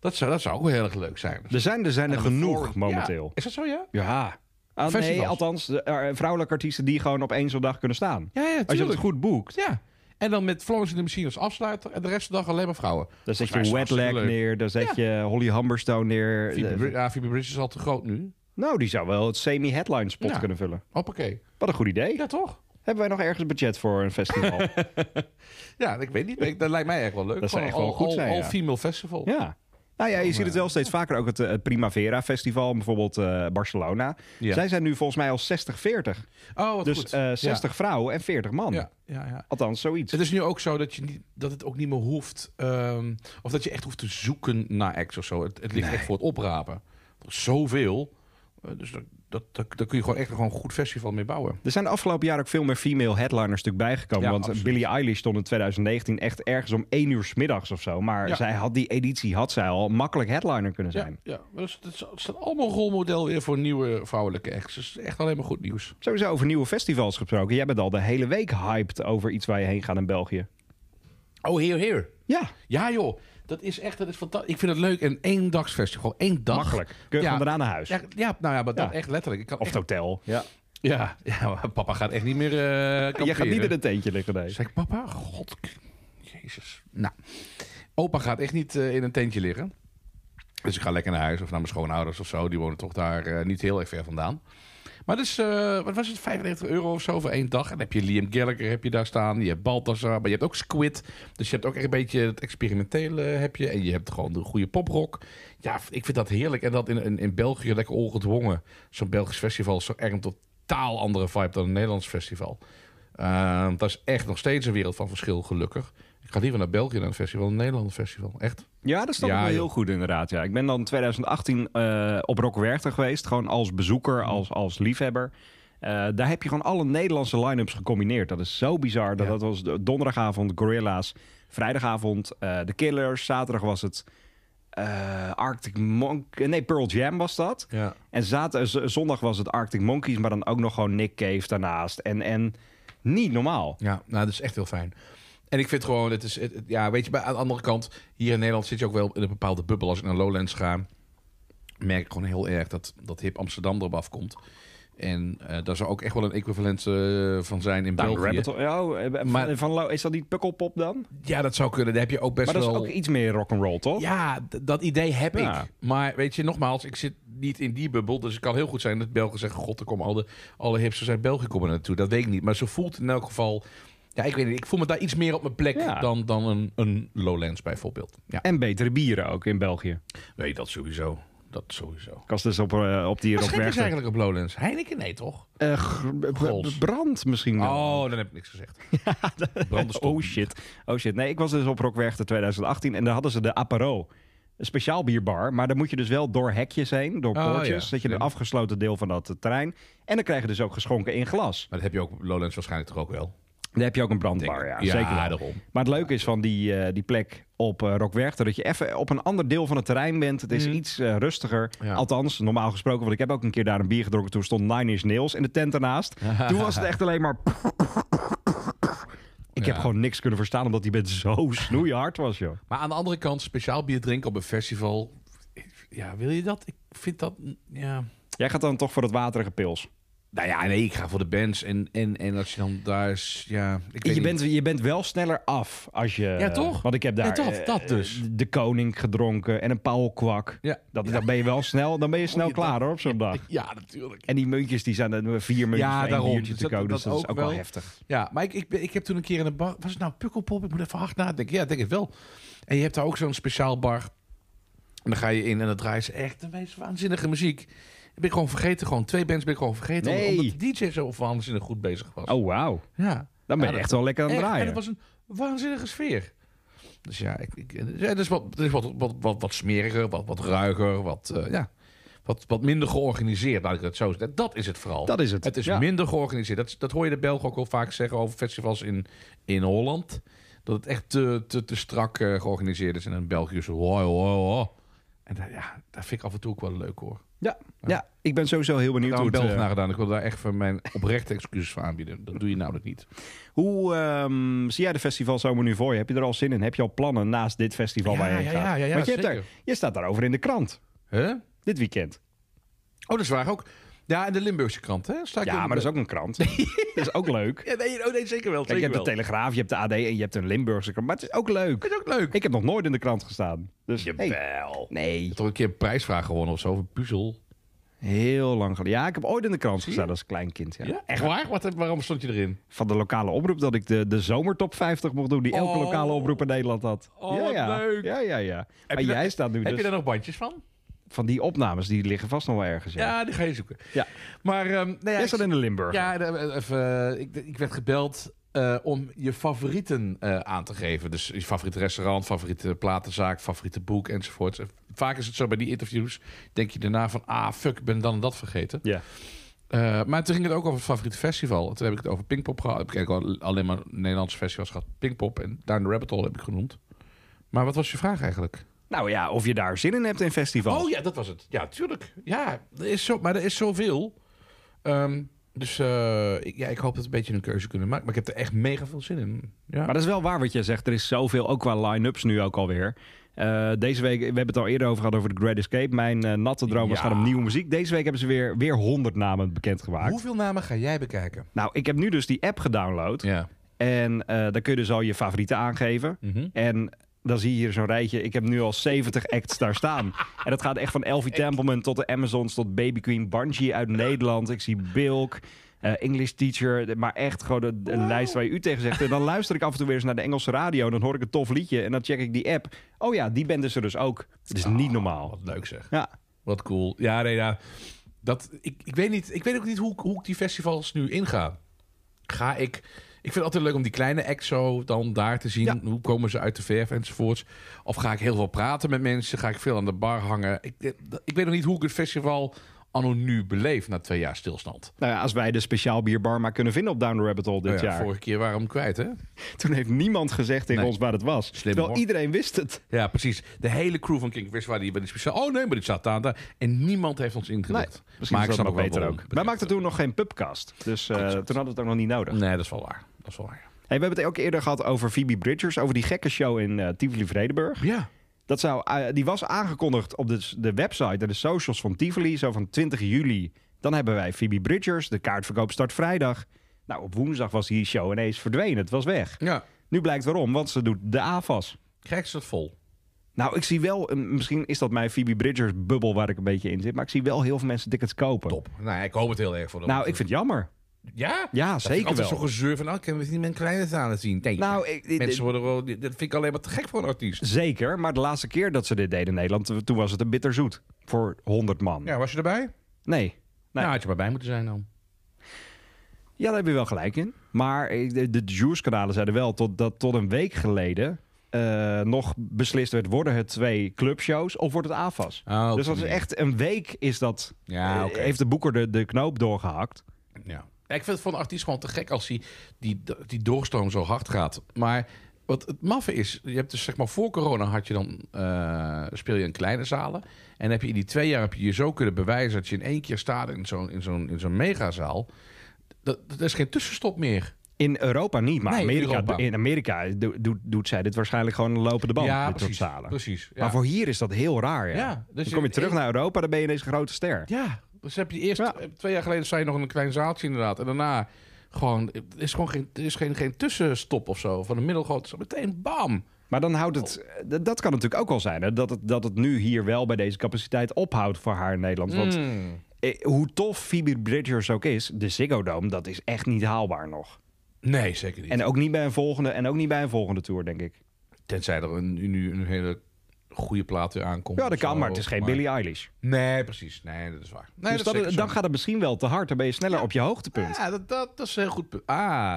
Speaker 2: Dat zou, dat zou ook wel heel erg leuk zijn.
Speaker 1: Er zijn er, zijn er
Speaker 2: En
Speaker 1: genoeg
Speaker 2: voor-
Speaker 1: momenteel.
Speaker 2: Ja, is dat zo, ja?
Speaker 1: Ja. Ah, nee,
Speaker 2: Festivals.
Speaker 1: althans, de, eh, vrouwelijke artiesten die gewoon op één zo'n dag kunnen staan.
Speaker 2: Ja, ja,
Speaker 1: Als je dat
Speaker 2: tuurlijk.
Speaker 1: goed boekt,
Speaker 2: Ja. En dan met Florence in de Machine als afsluiter... en de rest van de dag alleen maar vrouwen.
Speaker 1: dan zet
Speaker 2: Volgens mij is
Speaker 1: je
Speaker 2: het hartstikke
Speaker 1: Wetlag
Speaker 2: leuk.
Speaker 1: neer, dan zet je Holly Humberstone neer.
Speaker 2: Phoebe,
Speaker 1: De-
Speaker 2: Bri- ja, Phoebe Bridges is al te groot nu.
Speaker 1: nou, die zou wel het semi-headline spot
Speaker 2: Ja.
Speaker 1: kunnen vullen.
Speaker 2: Hoppakee.
Speaker 1: Wat een goed idee.
Speaker 2: Ja, toch?
Speaker 1: Hebben wij nog ergens budget voor een
Speaker 2: <laughs>
Speaker 1: festival?
Speaker 2: Ja, ik weet niet. maar ik- Dat lijkt mij echt wel leuk.
Speaker 1: Dat zou
Speaker 2: Gewoon
Speaker 1: echt wel
Speaker 2: een
Speaker 1: goed
Speaker 2: all-
Speaker 1: zijn,
Speaker 2: all-
Speaker 1: ja.
Speaker 2: all-female festival.
Speaker 1: ja. Nou ja, je ziet het wel steeds vaker. Ook het, eh, het Primavera Festival, bijvoorbeeld eh, Barcelona.
Speaker 2: Ja.
Speaker 1: Zij zijn nu volgens mij al 60-40.
Speaker 2: Oh, wat
Speaker 1: Dus
Speaker 2: goed.
Speaker 1: eh 60 vrouwen en 40 man.
Speaker 2: Ja. Ja, ja, ja.
Speaker 1: Althans, zoiets.
Speaker 2: Het is nu ook zo dat, je niet, dat het ook niet meer hoeft... ehm, of dat je echt hoeft te zoeken naar acts of zo. Het, het ligt echt voor het oprapen. Er is Zoveel. Eh, dus dat, dat, dat, daar kun je gewoon echt gewoon een goed festival mee bouwen.
Speaker 1: Er zijn de afgelopen jaar ook veel meer female headliners natuurlijk bijgekomen.
Speaker 2: Ja,
Speaker 1: want eh,
Speaker 2: absoluut.
Speaker 1: Billie Eilish stond in 2019 echt ergens om één uur 's middags of zo. Maar
Speaker 2: Ja.
Speaker 1: zij had die editie had zij al makkelijk headliner kunnen zijn.
Speaker 2: Ja, ja. Dus het is- het staat allemaal rolmodel weer voor nieuwe vrouwelijke acts. Dus echt alleen maar goed nieuws.
Speaker 1: Sowieso over nieuwe festivals gesproken. Jij bent al de hele week hyped over iets waar je heen gaat in België.
Speaker 2: Oh, here, here.
Speaker 1: Ja,
Speaker 2: Ja, joh. Dat is echt, dat is fantastisch. Ik vind het leuk. Een één dagsfestival. Eén dag.
Speaker 1: makkelijk. Kun je
Speaker 2: Ja.
Speaker 1: gewoon daarna naar huis.
Speaker 2: Ja, ja, nou ja, maar dat
Speaker 1: Ja.
Speaker 2: echt letterlijk. Ik kan
Speaker 1: Of
Speaker 2: echt-
Speaker 1: het hotel. Ja.
Speaker 2: ja, ja, maar papa gaat echt niet meer eh kamperen.
Speaker 1: Je gaat niet in een tentje liggen, nee.
Speaker 2: Zeg ik, papa, god, k- jezus. Nou, opa gaat echt niet eh, in een tentje liggen. Dus ik ga lekker naar huis of naar mijn schoonouders of zo. Die wonen toch daar eh, niet heel erg ver vandaan. Maar dus, eh, wat was het, 95 euro of zo voor één dag. En dan heb je Liam Gallagher heb je daar staan. Je hebt Balthazar, maar je hebt ook Squid. Dus je hebt ook echt een beetje het experimentele heb je. En je hebt gewoon de goede poprock. Ja, ik vind dat heerlijk. En dat in, in, in België lekker ongedwongen. Zo'n Belgisch festival is zo erg een totaal andere vibe dan een Nederlands festival. Ehm, dat is echt nog steeds een wereld van verschil, gelukkig. Ik ga liever naar België dan een festival, dan een Nederlands festival. Echt.
Speaker 1: Ja, dat stond
Speaker 2: Ja,
Speaker 1: wel
Speaker 2: joh.
Speaker 1: heel goed inderdaad. Ja. Ik ben dan 2018 eh, op Rock Werchter geweest. Gewoon als bezoeker, als, als liefhebber. Eh, daar heb je gewoon alle Nederlandse line-ups gecombineerd. Dat is zo bizar. Dat,
Speaker 2: Ja.
Speaker 1: dat was de- donderdagavond Gorilla's, vrijdagavond eh The Killers, zaterdag was het eh, eh, Arctic Monk... Nee, Pearl Jam was dat.
Speaker 2: Ja.
Speaker 1: En zater, z- zondag was het Arctic Monkeys, maar dan ook nog gewoon Nick Cave daarnaast. En, en niet normaal.
Speaker 2: Ja, nou, dat is echt heel fijn. En ik vind gewoon, het is, het- het- ja, weet je, bij, aan de andere kant, hier in Nederland zit je ook wel in een bepaalde bubbel. Als ik naar Lowlands ga, merk ik gewoon heel erg dat, dat hip Amsterdam erop afkomt. En eh, daar zou ook echt wel een equivalent eh, van zijn in
Speaker 1: Down the
Speaker 2: België.
Speaker 1: Rabbit Hole. Ja, oh, eh, van-
Speaker 2: Maar-
Speaker 1: van Lo- is dat niet Pukkelpop dan?
Speaker 2: Ja, dat zou kunnen. Daar heb je ook best
Speaker 1: Maar dat is
Speaker 2: wel...
Speaker 1: ook iets meer rock'n'roll, toch?
Speaker 2: Ja, d- dat idee heb
Speaker 1: Ja.
Speaker 2: ik. Maar weet je, nogmaals, ik zit niet in die bubbel. Dus het kan heel goed zijn dat Belgen zeggen... God, er komen alle, alle hipsters uit België komen er naartoe. Dat weet ik niet. Maar zo voelt in elk geval... Ja, ik weet niet. Ik voel me daar iets meer op mijn plek
Speaker 1: Ja.
Speaker 2: dan, dan een, een Lowlands bijvoorbeeld. Ja,
Speaker 1: En betere bieren ook in België.
Speaker 2: nee, dat sowieso. Dat sowieso.
Speaker 1: Ik was dus op, eh, op die
Speaker 2: Wat
Speaker 1: Rob
Speaker 2: schenk is
Speaker 1: Werchter.
Speaker 2: eigenlijk op Lowlands? Heineken? Nee, toch?
Speaker 1: Eh, gr- b- b-
Speaker 2: Gols.
Speaker 1: brand misschien wel.
Speaker 2: Oh, dan heb ik niks
Speaker 1: <laughs>
Speaker 2: gezegd. Brandenstop.
Speaker 1: Nou. Oh shit. Oh shit. Nee, ik was dus op Rockwerchter 2018 en daar hadden ze de Aparo. Een speciaal bierbar, maar dan moet je dus wel door hekjes heen, door
Speaker 2: Oh,
Speaker 1: poortjes.
Speaker 2: ja.
Speaker 1: Dat je een
Speaker 2: Ja.
Speaker 1: afgesloten deel van dat eh, terrein. En dan krijg je dus ook geschonken in glas.
Speaker 2: Maar dat heb je ook op Lowlands waarschijnlijk toch ook wel?
Speaker 1: Dan heb je ook een
Speaker 2: Denk
Speaker 1: brandbar,
Speaker 2: ik.
Speaker 1: ja. Zeker wel.
Speaker 2: daarom.
Speaker 1: Maar het leuke is van die, eh, die plek op eh Rockwerchter... dat je even op een ander deel van het terrein bent. Het is
Speaker 2: Mhm.
Speaker 1: iets eh, rustiger.
Speaker 2: Ja.
Speaker 1: Althans, normaal gesproken. Want ik heb ook een keer daar een bier gedronken. Toen stond Nine Inch Nails in de tent
Speaker 2: <laughs>
Speaker 1: ernaast. Toen was het echt alleen maar... Ik heb
Speaker 2: Ja.
Speaker 1: gewoon niks kunnen verstaan... omdat die bent zo snoeihard was, joh.
Speaker 2: Maar aan de andere kant, speciaal bier drinken op een festival. Ja, wil je dat? Ik vind dat. Ja.
Speaker 1: Jij gaat dan toch voor het waterige pils.
Speaker 2: Nou ja, nee, ik ga voor de bands. En, en, en als je dan daar is. Ja, ik weet
Speaker 1: Je
Speaker 2: niet.
Speaker 1: bent, je bent wel sneller af als je...
Speaker 2: Ja, toch?
Speaker 1: Want ik heb daar
Speaker 2: Ja, dat-
Speaker 1: eh,
Speaker 2: dat dus.
Speaker 1: de koning gedronken en een pauwkwak.
Speaker 2: Ja.
Speaker 1: Dat, Dan ben je wel snel, dan ben je snel
Speaker 2: ja,
Speaker 1: klaar hoor, op zo'n dag.
Speaker 2: Ja, natuurlijk.
Speaker 1: <laughs> En die muntjes die zijn er vier muntjes
Speaker 2: Ja,
Speaker 1: voor één
Speaker 2: daarom.
Speaker 1: biertje
Speaker 2: Dus
Speaker 1: te
Speaker 2: dat-
Speaker 1: koop. Dus
Speaker 2: dat
Speaker 1: dat is
Speaker 2: ook
Speaker 1: ook wel
Speaker 2: wel.
Speaker 1: heftig.
Speaker 2: Ja, maar ik, ik, ben- ik heb toen een keer in een bar. Was het nou Pukkelpop? Ik moet even hard nadenken. Ja, ik denk ik wel. En je hebt daar ook zo'n speciaal bar. En dan ga je in en dan draaien ze echt de meest waanzinnige muziek. Ik ben gewoon vergeten. Gewoon twee bands ben ik gewoon vergeten. om-
Speaker 1: Nee.
Speaker 2: Omdat de DJ zo waanzinnig goed bezig was.
Speaker 1: Oh, wauw.
Speaker 2: Ja.
Speaker 1: Dan ben
Speaker 2: Ja,
Speaker 1: je
Speaker 2: dat-
Speaker 1: echt wel lekker aan het
Speaker 2: Echt,
Speaker 1: draaien.
Speaker 2: En het was een waanzinnige sfeer. Dus ja, ik, ik, ja, het is, wat, het is wat, wat, wat, wat smeriger, wat, wat ruiger, wat, eh, ja, wat, wat minder georganiseerd. Laat ik dat zo zeggen. Dat is het vooral.
Speaker 1: Dat is het.
Speaker 2: Het is
Speaker 1: Ja.
Speaker 2: minder georganiseerd. Dat, is- dat hoor je de Belgen ook wel vaak zeggen over festivals in, in Holland. Dat het echt te, te, te strak eh, georganiseerd is. En in België zo... hoi, hoi, hoi. En daar, ja, daar vind ik af en toe ook wel leuk hoor.
Speaker 1: Ja. ja, ik ben sowieso heel
Speaker 2: Ik
Speaker 1: benieuwd
Speaker 2: heb
Speaker 1: hoe
Speaker 2: een
Speaker 1: het,
Speaker 2: Belg
Speaker 1: eh,
Speaker 2: naar gedaan. Ik wil daar echt van mijn oprechte excuses voor aanbieden. Dat doe je namelijk niet.
Speaker 1: Hoe ehm, zie jij de festivalzomer nu voor je? Heb je er al zin in? Heb je al plannen naast dit festival
Speaker 2: Ja,
Speaker 1: waar je heen
Speaker 2: ja,
Speaker 1: gaat?
Speaker 2: ja, ja, ja,
Speaker 1: Want je, hebt
Speaker 2: zeker.
Speaker 1: daar, je staat daarover in de krant.
Speaker 2: Huh?
Speaker 1: Dit weekend.
Speaker 2: Oh, dat is waar ook. Ja, en de Limburgse krant, hè? Sta ik
Speaker 1: Ja,
Speaker 2: in- eh,
Speaker 1: maar dat is ook een <laughs> krant. dat is ook leuk.
Speaker 2: Ja, nee, oh, nee, zeker wel.
Speaker 1: Kijk,
Speaker 2: Zeker
Speaker 1: je hebt de
Speaker 2: wel.
Speaker 1: Telegraaf, je hebt de AD en je hebt een Limburgse krant. Maar het is ook leuk.
Speaker 2: Dat is ook leuk.
Speaker 1: Ik heb nog nooit in de krant gestaan. Dus hey,
Speaker 2: Jawel.
Speaker 1: nee,
Speaker 2: Toch een keer een prijsvraag gewonnen of zo, of een puzzel.
Speaker 1: heel lang geleden. Ja, ik heb ooit in de krant gestaan als klein kind. ja.
Speaker 2: Echt waar? Wat, eh, waarom stond je erin?
Speaker 1: van de lokale omroep dat ik de, de zomertop 50 mocht doen die elke
Speaker 2: Oh.
Speaker 1: lokale omroep in Nederland had.
Speaker 2: Oh,
Speaker 1: ja,
Speaker 2: wat
Speaker 1: ja.
Speaker 2: leuk.
Speaker 1: Ja, ja, ja. Maar
Speaker 2: je dat-
Speaker 1: jij staat nu
Speaker 2: Heb
Speaker 1: dus
Speaker 2: je daar nog bandjes van?
Speaker 1: van die opnames die liggen vast nog wel ergens. Ja.
Speaker 2: Ja, die ga je zoeken.
Speaker 1: Ja.
Speaker 2: Maar, ehm nou ja,
Speaker 1: Jij
Speaker 2: ik-
Speaker 1: staat in de Limburg.
Speaker 2: ja, eh, even, eh, ik, ik werd gebeld eh, om je favorieten eh, aan te geven. Dus je favoriete restaurant, favoriete platenzaak, favoriete boek enzovoort. Vaak is het zo bij die interviews, denk je daarna van, ah fuck, ik ben dan en dat vergeten.
Speaker 1: Ja.
Speaker 2: Eh, maar toen ging het ook over het favoriete festival. Toen heb ik het over Pinkpop gehad. Heb ik eigenlijk al- alleen maar Nederlandse festivals gehad. Pinkpop en Down the Rabbit Hole heb ik genoemd. Maar wat was je vraag eigenlijk?
Speaker 1: Nou ja, of je daar zin in hebt in festivals.
Speaker 2: Oh ja, dat was het. Ja, tuurlijk. Ja, er is zo, maar er is zoveel. Ehm, dus eh, ik, ja, ik hoop dat we een beetje een keuze kunnen maken. Maar ik heb er echt mega veel zin in. Ja.
Speaker 1: Maar dat is wel waar wat jij zegt. Er is zoveel, ook qua line-ups nu ook alweer. Eh, deze week, we hebben het al eerder over gehad over The Great Escape. Mijn eh, natte droom was
Speaker 2: Ja.
Speaker 1: gaan om nieuwe muziek. Deze week hebben ze weer, weer 100 namen bekendgemaakt.
Speaker 2: Hoeveel namen ga jij bekijken?
Speaker 1: Nou, ik heb nu dus die app gedownload.
Speaker 2: Ja.
Speaker 1: En eh daar kun je dus al je favorieten aangeven.
Speaker 2: Mm. Mhm.
Speaker 1: En dan zie je hier zo'n rijtje. Ik heb nu al 70 acts daar staan. En dat gaat echt van Elfie Templeman tot de Amazons... tot Baby Queen Bungie uit Nederland. Ik zie Bilk, eh, English Teacher. Maar echt gewoon een, een lijst waar je u tegen zegt. En dan luister ik af en toe weer eens naar de Engelse radio. Dan hoor ik een tof liedje en dan check ik die app. Oh ja, die band is er dus ook. Het
Speaker 2: Ah.
Speaker 1: is niet normaal.
Speaker 2: Wat leuk zeg.
Speaker 1: Ja.
Speaker 2: Wat cool. Ja, nee, ja. Dat, ik, ik, weet niet, ik weet ook niet hoe, ik- hoe ik die festivals nu inga. Ga ik... Ik vind het altijd leuk om die kleine act zo dan daar te zien.
Speaker 1: Ja.
Speaker 2: Hoe komen ze uit de verf enzovoorts. eh, Of ga ik heel veel praten met mensen? Ga ik veel aan de bar hangen? Ik, ik weet nog niet hoe ik het festival anno nu beleefd na twee jaar stilstand.
Speaker 1: Nou ja, als wij de speciaal bierbar maar kunnen vinden op Down the Rabbit Hole dit
Speaker 2: Nou ja,
Speaker 1: jaar.
Speaker 2: Vorige keer waren we hem kwijt, hè?
Speaker 1: Toen heeft niemand gezegd tegen
Speaker 2: Nee.
Speaker 1: ons waar het was. terwijl
Speaker 2: hoor.
Speaker 1: iedereen wist het.
Speaker 2: Ja, precies. De hele crew van King wist waar die bij die speciaal. Oh nee, maar dit staat daar en daar. En niemand heeft ons ingelicht.
Speaker 1: misschien is dat nog
Speaker 2: wel
Speaker 1: beter
Speaker 2: waarom.
Speaker 1: ook. Wij maakten toen nog geen pubcast. Dus eh, toen
Speaker 2: Exact.
Speaker 1: hadden we het ook nog niet nodig.
Speaker 2: Nee, dat is wel waar. Dat is wel waar.
Speaker 1: Hey, we hebben het ook eerder gehad over Phoebe Bridgers. Over die gekke show in eh, Tivoli-Vredenburg.
Speaker 2: Ja.
Speaker 1: Dat zou, eh, die was aangekondigd op de, de website en de socials van Tivoli. Zo van 20 juli. Dan hebben wij Phoebe Bridgers. De kaartverkoop start vrijdag. Nou, op woensdag was die show ineens verdwenen. Het was weg.
Speaker 2: Ja.
Speaker 1: Nu blijkt waarom, want ze doet de AFAS.
Speaker 2: Krijg ze het vol.
Speaker 1: Nou, ik zie wel, een- misschien is dat mijn Phoebe Bridgers-bubbel waar ik een beetje in zit. Maar ik zie wel heel veel mensen tickets kopen.
Speaker 2: Top. Nou, ik hoop het heel erg voor de
Speaker 1: Nou, ik vind het jammer.
Speaker 2: Ja?
Speaker 1: Ja, zeker
Speaker 2: dat vind ik altijd
Speaker 1: wel.
Speaker 2: zo'n gezeur van... Oh, ik heb het niet met een kleine zalen zien. Nee,
Speaker 1: Nou, ik- ik-
Speaker 2: mensen worden wel... Dat vind ik alleen maar te gek voor een artiest.
Speaker 1: Zeker, maar de laatste keer dat ze dit deden in Nederland, toen was het een bitterzoet. Voor 100 man.
Speaker 2: Ja, was je erbij?
Speaker 1: Nee. Nee.
Speaker 2: Nou, had je maar bij moeten zijn dan.
Speaker 1: Ja, daar heb je wel gelijk in. Maar eh, de, de juice-kanalen zeiden wel tot, dat tot een week geleden eh, nog beslist werd... worden het twee clubshows of wordt het AFAS?
Speaker 2: Ah, op
Speaker 1: dus dat is
Speaker 2: die manier.
Speaker 1: echt een week is dat...
Speaker 2: Ja,
Speaker 1: eh,
Speaker 2: oké.
Speaker 1: Heeft de boeker de, de knoop doorgehakt.
Speaker 2: Ja. Ja, Ik vind het voor een artiest gewoon te gek als die, die, die doorstroom zo hard gaat. Maar wat het maffe is, je hebt dus zeg maar voor corona had je dan, eh, speel je in kleine zalen. En heb je in die twee jaar heb je je zo kunnen bewijzen dat je in één keer staat in zo'n in zo'n in zo'n megazaal. Dat, dat is geen tussenstop meer.
Speaker 1: In Europa niet, maar
Speaker 2: Nee,
Speaker 1: Amerika,
Speaker 2: Europa.
Speaker 1: in Amerika eh, do- doet- doet zij dit waarschijnlijk gewoon een lopende band.
Speaker 2: ja,
Speaker 1: dit soort
Speaker 2: precies.
Speaker 1: zalen.
Speaker 2: precies ja.
Speaker 1: Maar voor hier is dat heel raar. Ja.
Speaker 2: Ja,
Speaker 1: dan
Speaker 2: dus
Speaker 1: kom je
Speaker 2: in-
Speaker 1: terug naar Europa, dan ben je ineens een grote ster.
Speaker 2: Ja, dus heb je eerst
Speaker 1: Ja.
Speaker 2: eh, twee jaar geleden sta je nog in een klein zaaltje inderdaad. En daarna gewoon, eh, er is gewoon geen, er is geen, geen tussenstop of zo. Van een middelgrote zaal, meteen bam.
Speaker 1: Maar dan houdt het.
Speaker 2: Oh.
Speaker 1: d- Dat kan natuurlijk ook wel zijn. Hè? Dat, het, dat het nu hier wel bij deze capaciteit ophoudt voor haar in Nederland. Want
Speaker 2: Mm.
Speaker 1: eh, hoe tof Phoebe Bridgers ook is, de Ziggo Dome, dat is echt niet haalbaar nog.
Speaker 2: Nee, zeker niet.
Speaker 1: En ook niet bij een volgende en ook niet bij een volgende tour, denk ik.
Speaker 2: Tenzij er een, nu een hele goede plaat weer aankomt.
Speaker 1: Ja, dat
Speaker 2: of
Speaker 1: kan,
Speaker 2: zo,
Speaker 1: maar het is geen Billie Eilish.
Speaker 2: Nee, precies. Nee, dat is waar. Nee,
Speaker 1: dus dat- dan gaat het misschien wel te hard. Dan ben je sneller op je hoogtepunt.
Speaker 2: Ja, dat, dat, dat is een heel goed punt. Ah,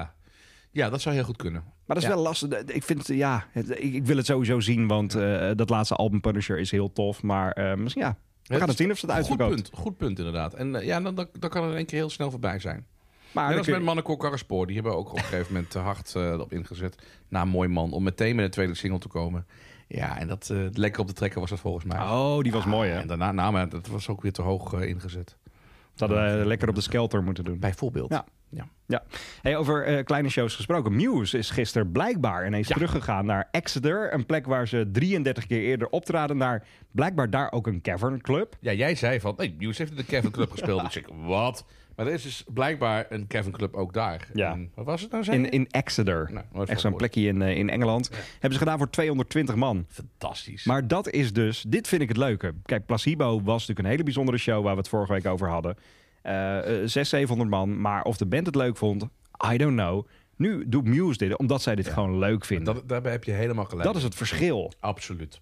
Speaker 2: ja, dat zou heel goed kunnen.
Speaker 1: Maar dat is
Speaker 2: Ja.
Speaker 1: wel lastig. Ik vind, ja, het- ik, ik wil het sowieso zien, want eh, dat laatste album Punisher is heel tof. Maar eh, misschien ja, we gaan het zien of ze het
Speaker 2: Goed
Speaker 1: uitverkoopt.
Speaker 2: punt, goed punt inderdaad. En eh, ja, dan, dan, dan kan het in één keer heel snel voorbij zijn.
Speaker 1: Maar
Speaker 2: Net
Speaker 1: dan
Speaker 2: als
Speaker 1: kun
Speaker 2: met
Speaker 1: je-
Speaker 2: Manneko Karrespoor. Die hebben ook op een gegeven moment te hard eh, op ingezet. Na Mooi Man. Om meteen met een tweede single te komen. Ja, en dat eh, lekker op de trekker was dat volgens mij.
Speaker 1: Oh, die was mooi hè.
Speaker 2: En daarna, nou, maar dat was ook weer te hoog eh, ingezet.
Speaker 1: Ze hadden eh, lekker op de skelter moeten doen.
Speaker 2: Bijvoorbeeld.
Speaker 1: Ja.
Speaker 2: ja.
Speaker 1: Ja. Hey, over eh, kleine shows gesproken. Muse is gisteren blijkbaar ineens teruggegaan naar Exeter. Een plek waar ze 33 keer eerder optraden. Naar blijkbaar daar ook een cavern club.
Speaker 2: Ja, jij zei van, nee, Muse heeft in de Kevin Club gespeeld. Ik zeg, wat? Maar er is dus blijkbaar een Kevin Club ook daar.
Speaker 1: Ja.
Speaker 2: En wat was het nou, zei
Speaker 1: In,
Speaker 2: je?
Speaker 1: in Exeter.
Speaker 2: Nou, nooit
Speaker 1: Echt
Speaker 2: van
Speaker 1: zo'n
Speaker 2: gehoord.
Speaker 1: plekje in, eh, in Engeland. Hebben ze gedaan voor 220 man.
Speaker 2: Fantastisch.
Speaker 1: Maar dat is dus, dit vind ik het leuke. Kijk, Placebo was natuurlijk een hele bijzondere show waar we het vorige week over hadden. Eh eh, 600, 700 man. Maar of de band het leuk vond, I don't know. Nu doet Muse dit, omdat zij dit gewoon leuk vinden.
Speaker 2: dat, daarbij heb je helemaal gelijk.
Speaker 1: dat is het verschil.
Speaker 2: Absoluut.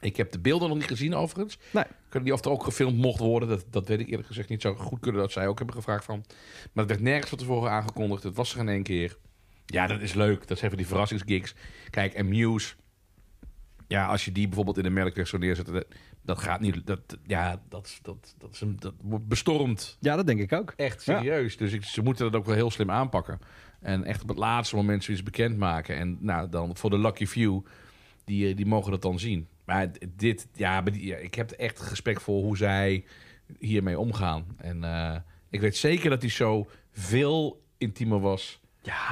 Speaker 2: Ik heb de beelden nog niet gezien, overigens.
Speaker 1: Nee.
Speaker 2: Ik weet niet of er ook gefilmd mocht worden. Dat, dat weet ik eerlijk gezegd niet. Zou goed kunnen dat zij ook hebben gevraagd van. Maar het werd nergens van tevoren aangekondigd. Het was er in één keer. Ja, dat is leuk. Dat zijn van die verrassingsgigs. Kijk, en Muse. Ja, als je die bijvoorbeeld in de melkweg zo neerzet. Dat, dat gaat niet. Dat, ja, dat, is- dat, dat, is een, dat wordt bestormd.
Speaker 1: Ja, dat denk ik ook.
Speaker 2: Echt
Speaker 1: Ja.
Speaker 2: serieus. Dus ik, ze moeten dat ook wel heel slim aanpakken. En echt op het laatste moment zoiets bekendmaken. En nou, dan voor de lucky few, die, eh, die mogen dat dan zien. Maar d- dit, ja, maar die- ja, ik heb echt respect voor hoe zij hiermee omgaan. En eh, ik weet zeker dat die show veel intiemer was.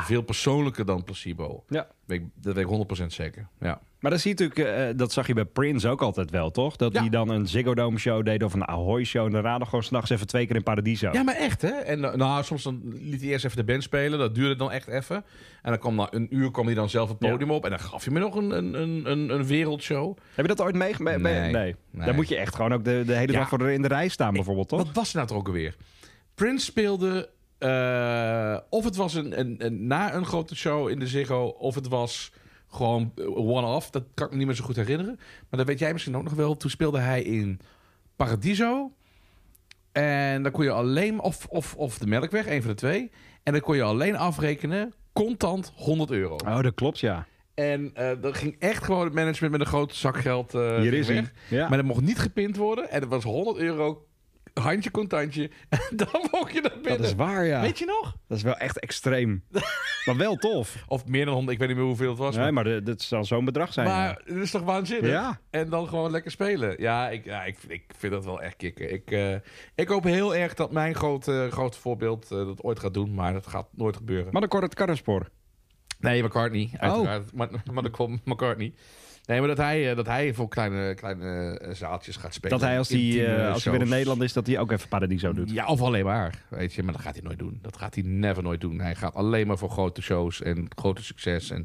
Speaker 2: Veel persoonlijker dan placebo.
Speaker 1: Ja.
Speaker 2: Weet ik- Dat weet ik 100% zeker. Ja.
Speaker 1: Maar dat, zie je natuurlijk, eh, dat zag je bij Prince ook altijd wel, toch? Dat
Speaker 2: Ja.
Speaker 1: die dan een Ziggo Dome show deed of een Ahoy show. En daarna nog gewoon s'nachts even twee keer in Paradiso.
Speaker 2: Ja, maar echt, hè? En eh, nou, soms dan liet hij eerst even de band spelen. Dat duurde dan echt even. En dan kwam na een uur kwam hij dan zelf het podium op. En dan gaf je me nog een, een, een, een, een wereldshow.
Speaker 1: Heb je dat ooit meegemaakt?
Speaker 2: Nee. Nee.
Speaker 1: Dan moet je echt gewoon ook de, de hele
Speaker 2: Ja.
Speaker 1: dag voor in de rij staan bijvoorbeeld, toch?
Speaker 2: Wat was het nou toch ook alweer? Prince speelde... eh, of het was een, een, een- na een grote show in de Ziggo... of het was gewoon eh, one-off. Dat kan ik me niet meer zo goed herinneren. Maar dat weet jij misschien ook nog wel. Toen speelde hij in Paradiso... En dan kon je alleen, of, of, of de Melkweg, een van de twee. En dan kon je alleen afrekenen, contant 100 euro.
Speaker 1: Oh, dat klopt, ja.
Speaker 2: En eh dat ging echt gewoon het management met een grote zak geld eh,
Speaker 1: Hier
Speaker 2: ging
Speaker 1: is hij.
Speaker 2: weg.
Speaker 1: Ja.
Speaker 2: Maar dat mocht niet gepind worden. En dat was 100 euro handje contantje. <laughs> En dan mocht je dat binnen.
Speaker 1: Dat is waar, ja.
Speaker 2: Weet je nog?
Speaker 1: Dat is wel echt extreem.
Speaker 2: <laughs>
Speaker 1: maar wel tof.
Speaker 2: Of meer dan 100, ik weet niet meer hoeveel het was.
Speaker 1: Nee, maar dit- dit zal zo'n bedrag zijn.
Speaker 2: Maar dat is toch waanzinnig?
Speaker 1: Ja.
Speaker 2: En dan gewoon lekker spelen. Ja, ik, ja, ik, ik vind dat wel echt kicken. Ik, eh, ik hoop heel erg dat mijn grote, grote voorbeeld eh, dat ooit gaat doen. Maar dat gaat nooit gebeuren.
Speaker 1: Maar dan kort het karrenspoor.
Speaker 2: nee, McCartney.
Speaker 1: Oh.
Speaker 2: Uiteraard. Maar, maar dan kwam McCartney. Nee, maar dat hij, eh, dat hij voor kleine, kleine eh, zaaltjes gaat spelen.
Speaker 1: Dat hij als hij,
Speaker 2: Intieme
Speaker 1: eh, als hij weer in
Speaker 2: shows.
Speaker 1: Nederland is, dat hij ook even Paradiso doet.
Speaker 2: Ja, of alleen maar. Weet je, maar dat gaat hij nooit doen. Dat gaat hij never nooit doen. Hij gaat alleen maar voor grote shows en grote succes. En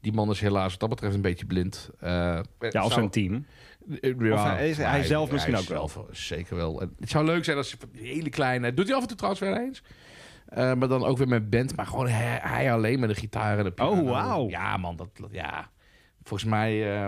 Speaker 2: die man is helaas wat dat betreft een beetje blind. Eh,
Speaker 1: Ja,
Speaker 2: zou- Eh,
Speaker 1: of zijn team.
Speaker 2: Ja,
Speaker 1: Of hij- is- hij zelf misschien ook wel.
Speaker 2: zelf zeker wel. En Het zou leuk zijn als hij hele kleine... Doet hij af en toe trouwens wel eens. Eh, maar dan ook weer met band. Maar gewoon hij, hij alleen met de gitaar en de piano.
Speaker 1: Oh, wauw.
Speaker 2: Ja, man. Dat, dat- ja. Volgens mij... eh,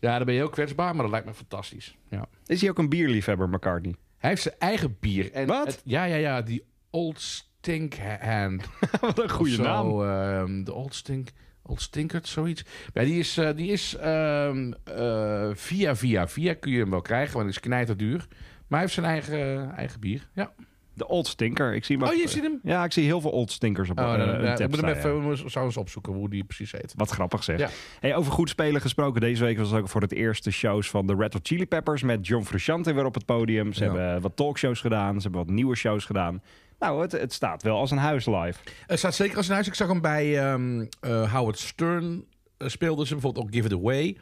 Speaker 2: ja, dan ben je heel kwetsbaar. Maar dat lijkt me fantastisch. Ja.
Speaker 1: Is hij ook een bierliefhebber, McCartney?
Speaker 2: Hij heeft zijn eigen bier. En
Speaker 1: Wat?
Speaker 2: het- ja, ja, ja. Die Old Stink Hand.
Speaker 1: Wat een goede
Speaker 2: Of zo,
Speaker 1: naam.
Speaker 2: ehm, de Old Stink... Old Stinkert, zoiets. Ja, die is, eh, die is ehm, eh, via, via, via kun je hem wel krijgen. Want het is knijterduur. Maar hij heeft zijn eigen, eigen bier. Ja.
Speaker 1: De Old Stinker. Ik zie hem
Speaker 2: Oh,
Speaker 1: ook-
Speaker 2: je ziet hem?
Speaker 1: Ja, ik zie heel veel Old Stinkers op
Speaker 2: Oh,
Speaker 1: eh,
Speaker 2: nee, nee,
Speaker 1: een
Speaker 2: nee,
Speaker 1: tab
Speaker 2: ik moet hem
Speaker 1: staan, ja.
Speaker 2: even, we zouden eens opzoeken hoe die precies heet.
Speaker 1: Wat grappig zeg.
Speaker 2: Ja.
Speaker 1: Hey, over goed spelen gesproken. Deze week was het ook voor het eerst de shows van de Red Hot Chili Peppers. Met John Frusciante weer op het podium. Ze
Speaker 2: Ja.
Speaker 1: hebben eh, wat talkshows gedaan. Ze hebben wat nieuwe shows gedaan. Nou, het, het staat wel als een huis live.
Speaker 2: Het staat zeker als een huis. Ik zag hem bij ehm, eh, Howard Stern eh, speelden ze bijvoorbeeld ook Give It Away.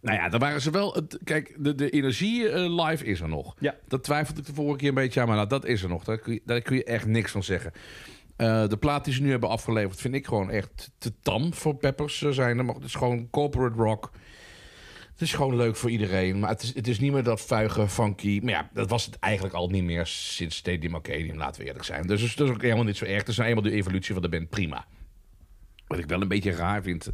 Speaker 2: Nou ja, daar waren ze wel... Het, kijk, de, de energie eh, live is er nog.
Speaker 1: Ja.
Speaker 2: Dat twijfelde ik de vorige keer een beetje aan, maar nou, dat is er nog. Daar kun je, daar kun je echt niks van zeggen. Eh, de plaat die ze nu hebben afgeleverd vind ik gewoon echt te tam voor Peppers eh, zijn. er. Maar het is gewoon corporate rock. Het is gewoon leuk voor iedereen. Maar het is, het is niet meer dat vuige, funky... Maar ja, dat was het eigenlijk al niet meer sinds Stadium Arcadium, laten we eerlijk zijn. Dus het is- dat is ook helemaal niet zo erg. Het is nou eenmaal de evolutie van de band, prima. Wat ik wel een beetje raar vind...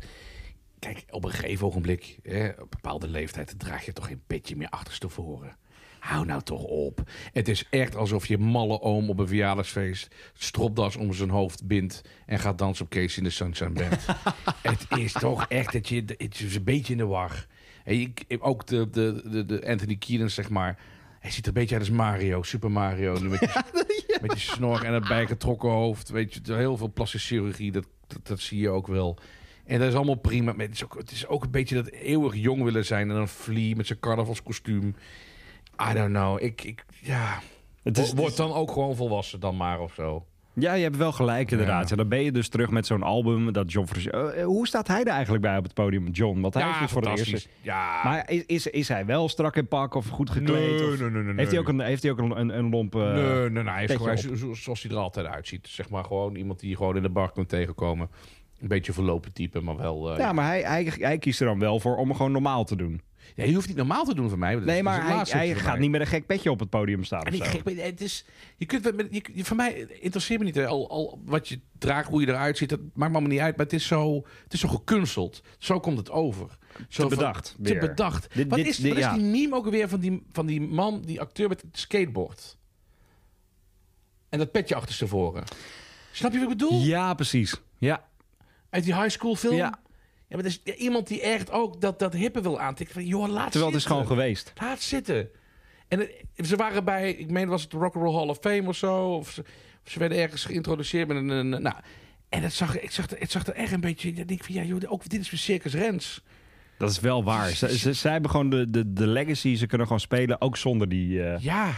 Speaker 2: Kijk, op een gegeven ogenblik, hè, op een bepaalde leeftijd... draag je toch geen petje meer achterstevoren. Hou nou toch op. Het is echt alsof je malle oom op een verjaardagsfeest... stropdas om zijn hoofd bindt... en gaat dansen op Kees in de Sunshine Band. het is toch echt dat je... Het is een beetje in de war. En ik, ik- ook de, de, de, de Anthony Kiedis, zeg maar... Hij ziet er een beetje uit als Mario, Super Mario. Nu met, die, met die snor en het bijgetrokken hoofd. Weet je, heel veel plastische chirurgie, dat, dat, dat zie je ook wel. En dat is allemaal prima. Maar het, is ook, het is ook een beetje dat eeuwig jong willen zijn. En dan Flea met zijn carnavalskostuum. I don't know. Ik, ik, ja.
Speaker 1: Het is,
Speaker 2: Word dan ook gewoon volwassen dan maar of zo.
Speaker 1: ja, je hebt wel gelijk inderdaad.
Speaker 2: Ja.
Speaker 1: Ja, dan ben je dus terug met zo'n album dat John Frusciante... Eh, hoe staat hij er eigenlijk bij op het podium, John? Want hij is dus voor de
Speaker 2: fantastisch.
Speaker 1: eerste.
Speaker 2: Ja.
Speaker 1: Maar is, is, is hij wel strak in pak of goed gekleed? of-
Speaker 2: Ah. nee, nee,
Speaker 1: Heeft hij ook een, heeft hij ook een, een, een lomp... eh,
Speaker 2: nee, nee, nee, hij is
Speaker 1: petje
Speaker 2: gewoon-
Speaker 1: op.
Speaker 2: zo- zo- zoals hij er altijd uitziet. Zeg maar gewoon iemand die je gewoon in de bar kunt tegenkomen. Een beetje verlopen type, maar wel... eh,
Speaker 1: Ja, maar hij, hij, hij kiest er dan wel voor om gewoon normaal te doen.
Speaker 2: Nee, je hoeft niet normaal te doen voor mij. want dat
Speaker 1: Nee,
Speaker 2: is- dat
Speaker 1: maar
Speaker 2: is het
Speaker 1: hij,
Speaker 2: laatste wat
Speaker 1: hij
Speaker 2: je
Speaker 1: gaat
Speaker 2: erbij-
Speaker 1: niet met een gek petje op het podium staan.
Speaker 2: En
Speaker 1: of
Speaker 2: ik,
Speaker 1: zo.
Speaker 2: gek ben- het is, je kunt, wel met- je, je- voor mij interesseert me niet. Hè. Al, al wat je draagt, hoe je eruit ziet, dat maakt me allemaal niet uit. Maar het is zo, het is zo gekunsteld. Zo komt het over. Zo
Speaker 1: Te
Speaker 2: van-
Speaker 1: bedacht
Speaker 2: te
Speaker 1: weer.
Speaker 2: bedacht.
Speaker 1: Dit-
Speaker 2: wat
Speaker 1: dit-
Speaker 2: is,
Speaker 1: dit-
Speaker 2: wat
Speaker 1: ja.
Speaker 2: is die meme ook weer van die, van die man, die acteur met het skateboard? En dat petje achterstevoren. Snap je wat ik bedoel?
Speaker 1: Ja, precies. Ja.
Speaker 2: Uit die high school film?
Speaker 1: Ja.
Speaker 2: Ja, maar er is iemand die echt ook dat, dat hippe wil aantikken. Van, joh, laat
Speaker 1: Terwijl het is
Speaker 2: zitten.
Speaker 1: gewoon geweest.
Speaker 2: Laat zitten. En het- ze waren bij, ik meen was het de Rock and Roll Hall of Fame of zo. Of ze, of ze werden ergens geïntroduceerd met een... een- een- nou, en het zag, ik zag, er- het zag er echt een beetje... Ik denk van, ja joh, ook dit is weer Circus Rens.
Speaker 1: Dat is wel waar. Ze, ze- zij hebben gewoon de, de, de legacy. Ze kunnen gewoon spelen, ook zonder die... eh,
Speaker 2: Ja,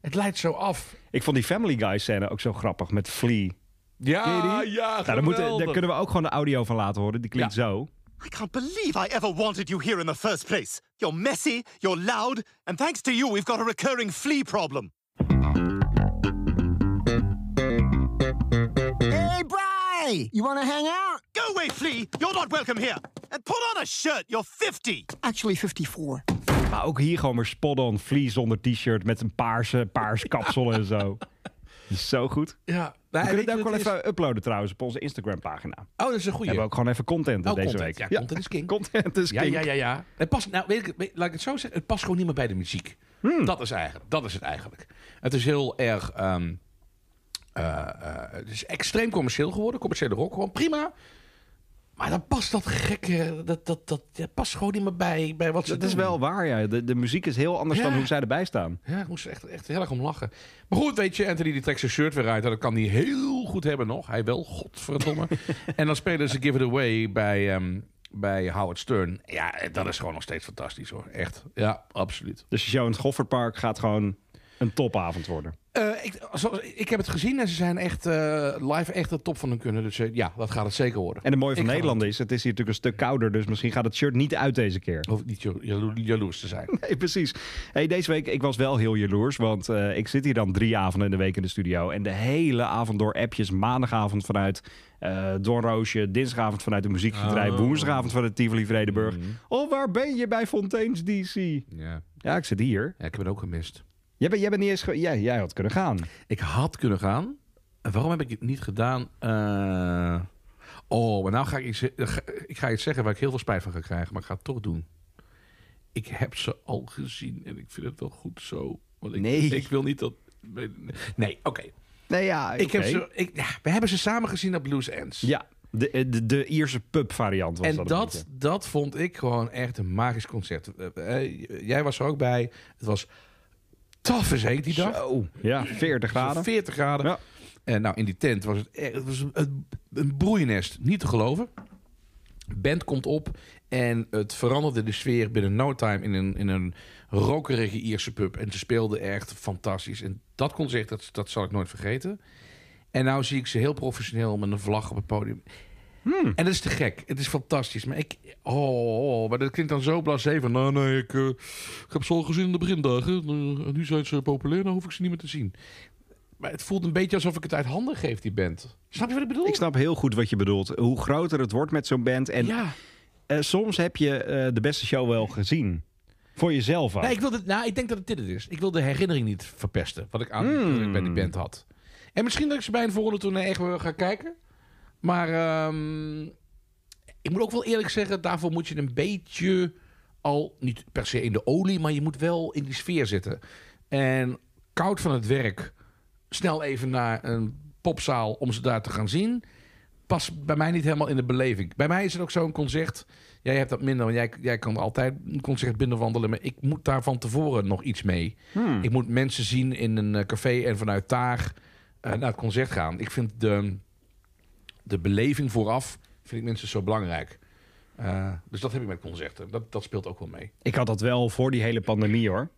Speaker 2: het leidt zo af.
Speaker 1: Ik vond die Family Guy scène ook zo grappig met Flea.
Speaker 2: Ja, ja,
Speaker 1: Nou, daar, moet, daar kunnen we ook gewoon de audio van laten horen. Die klinkt zo.
Speaker 4: I can't believe I ever wanted you here in the first place. You're messy, you're loud, and thanks to you, we've got a recurring flea problem.
Speaker 5: Hey, Bri! You want to hang out?
Speaker 4: Go away, flea! You're not welcome here! And put on a shirt, you're 50!
Speaker 5: Actually, 54.
Speaker 1: Maar ook hier gewoon weer spot-on. Flea zonder t-shirt met een paarse, paars kapsel en zo. Dat is Zo goed.
Speaker 2: Ja,
Speaker 1: We
Speaker 2: nou,
Speaker 1: kunnen
Speaker 2: weet
Speaker 1: het
Speaker 2: je
Speaker 1: ook
Speaker 2: wat
Speaker 1: wel
Speaker 2: het
Speaker 1: even uploaden trouwens op onze Instagram pagina.
Speaker 2: is? Oh, dat is een goeie.
Speaker 1: Hebben we ook gewoon even content
Speaker 2: Oh,
Speaker 1: deze
Speaker 2: content.
Speaker 1: week.
Speaker 2: Ja, content is king.
Speaker 1: Content is
Speaker 2: Ja,
Speaker 1: king.
Speaker 2: ja, ja, ja. Het past, nou, weet ik, weet- laat ik het zo zeggen. Het past gewoon niet meer bij de muziek.
Speaker 1: Hmm.
Speaker 2: Dat, is eigenlijk, dat is het eigenlijk. Het is heel erg... ehm, eh, eh, het is extreem commercieel geworden. Commerciële rock, gewoon prima. Maar dan past dat gekke, dat, dat, dat, dat past gewoon niet meer bij, bij wat ze
Speaker 1: Dat is
Speaker 2: doen.
Speaker 1: wel waar, ja. De, de muziek is heel anders
Speaker 2: Ja.
Speaker 1: dan hoe zij erbij staan.
Speaker 2: Ja, ik moest er echt, echt heel erg om lachen. Maar goed, weet je, Anthony die trekt zijn shirt weer uit. En dat kan hij heel goed hebben nog. Hij wel, <laughs> godverdomme. en dan spelen ze Give It Away bij, ehm, bij Howard Stern. Ja, dat is gewoon nog steeds fantastisch hoor. Echt, ja, absoluut.
Speaker 1: Dus de show in het Goffertpark gaat gewoon een topavond worden.
Speaker 2: Eh, ik, zoals- ik heb het gezien en ze zijn echt eh, live echt de top van hun kunnen. Dus eh, ja, dat gaat het zeker worden.
Speaker 1: En het mooie van
Speaker 2: Ik ga
Speaker 1: Nederland is, het is hier natuurlijk een stuk kouder. Dus misschien gaat het shirt niet uit deze keer.
Speaker 2: Hoef niet jalo- jalo- jaloers te <laughs> zijn.
Speaker 1: <laughs> Nee, precies. Hey, deze week, ik was wel heel jaloers, want eh, ik zit hier dan drie avonden in de week in de studio. En de hele avond door appjes, maandagavond vanuit eh Don Roosje, dinsdagavond vanuit de muziekgedrijf, woensdagavond vanuit Tivoli Vredenburg. Oh, waar ben je bij Fontaine's DC?
Speaker 2: Ja.
Speaker 1: Ja, ik zit hier.
Speaker 2: ja, ik heb het ook gemist.
Speaker 1: Jij, bent- jij, bent niet eens ge- jij, jij had kunnen gaan.
Speaker 2: Ik had kunnen gaan. En waarom heb ik het niet gedaan? Eh, Oh, maar nou ga ik, iets, ik ga iets zeggen waar ik heel veel spijt van ga krijgen. Maar ik ga het toch doen. Ik heb ze al gezien en ik vind het wel goed zo. Want ik,
Speaker 1: Nee.
Speaker 2: ik wil niet dat... Nee, oké.
Speaker 1: Nee, ja,
Speaker 2: Ik heb ze. Ik, ja, we hebben ze samen gezien op Blues Ends.
Speaker 1: Ja, de, eh, de, de Ierse pub variant was
Speaker 2: En
Speaker 1: dat. een
Speaker 2: dat,
Speaker 1: beetje.
Speaker 2: dat vond ik gewoon echt een magisch concert. Eh, eh, Jij was er ook bij. Het was taf als heet die dag.
Speaker 1: Zo, Oh, ja, 40
Speaker 2: Zo'n
Speaker 1: graden.
Speaker 2: 40 graden.
Speaker 1: Ja.
Speaker 2: En nou, in die tent was het, echt- het was een- een, een broeienest. Niet te geloven. Band komt op en het veranderde de sfeer binnen no time in een, in een rokerige Ierse pub. En ze speelden echt fantastisch. En dat concert, dat, dat zal ik nooit vergeten. En nou zie ik ze heel professioneel met een vlag op het podium. En dat is te gek. Het is fantastisch. Maar ik... Oh, oh, maar dat klinkt dan zo blasé van... Nou, nee, ik, eh, ik heb ze al gezien in de begindagen. Eh, nu zijn ze populair, nou hoef ik ze niet meer te zien. Maar het voelt een beetje alsof ik het uit handen geef, die band. Snap je wat ik bedoel?
Speaker 1: Ik snap heel goed wat je bedoelt. Hoe groter het wordt met zo'n band. En
Speaker 2: Ja.
Speaker 1: Eh, soms heb je eh, de beste show wel gezien. Voor jezelf ook.
Speaker 2: Nee, ik, wilde, nou, ik denk dat het dit het is. Ik wil de herinnering niet verpesten. Wat ik aan bij die band had. En misschien dat ik ze bij een volgende tournee echt wel ga kijken. Maar ehm, ik moet ook wel eerlijk zeggen, daarvoor moet je een beetje al niet per se in de olie, maar je moet wel in die sfeer zitten. En koud van het werk, snel even naar een popzaal om ze daar te gaan zien. Past bij mij niet helemaal in de beleving. Bij mij is het ook zo'n concert. Jij hebt dat minder, want jij, jij kan altijd een concert binnenwandelen. Maar ik moet daar van tevoren nog iets mee. Ik moet mensen zien in een eh, café en vanuit daar eh, naar het concert gaan. Ik vind de, de beleving vooraf vind ik mensen zo belangrijk. Eh, dus dat heb ik met concerten. Dat, dat speelt ook wel mee.
Speaker 1: Ik had dat wel voor die hele pandemie hoor.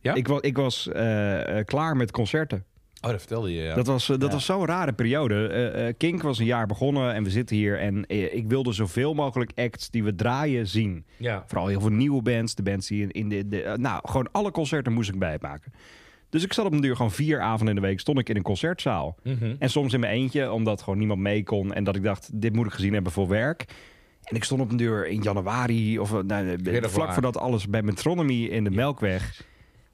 Speaker 2: Ja?
Speaker 1: Ik, wa- ik was eh, eh, klaar met concerten.
Speaker 2: Oh, dat vertelde je. Ja.
Speaker 1: Dat was, eh, dat was zo'n rare periode. Eh, eh, Kink was een jaar begonnen en we zitten hier. En eh, ik wilde zoveel mogelijk acts die we draaien zien.
Speaker 2: ja.
Speaker 1: Vooral heel veel nieuwe bands. De bands die in, in de, de- eh, Nou, gewoon alle concerten moest ik bijmaken. Dus ik zat op een duur gewoon vier avonden in de week. Stond ik in een concertzaal. En soms in mijn eentje, omdat gewoon niemand mee kon. En dat ik dacht, dit moet ik gezien hebben voor werk. En ik stond op een duur in januari. Of eh, nou, eh,
Speaker 2: Ridder van
Speaker 1: vlak
Speaker 2: Aard.
Speaker 1: voordat alles bij Metronomy in de Melkweg.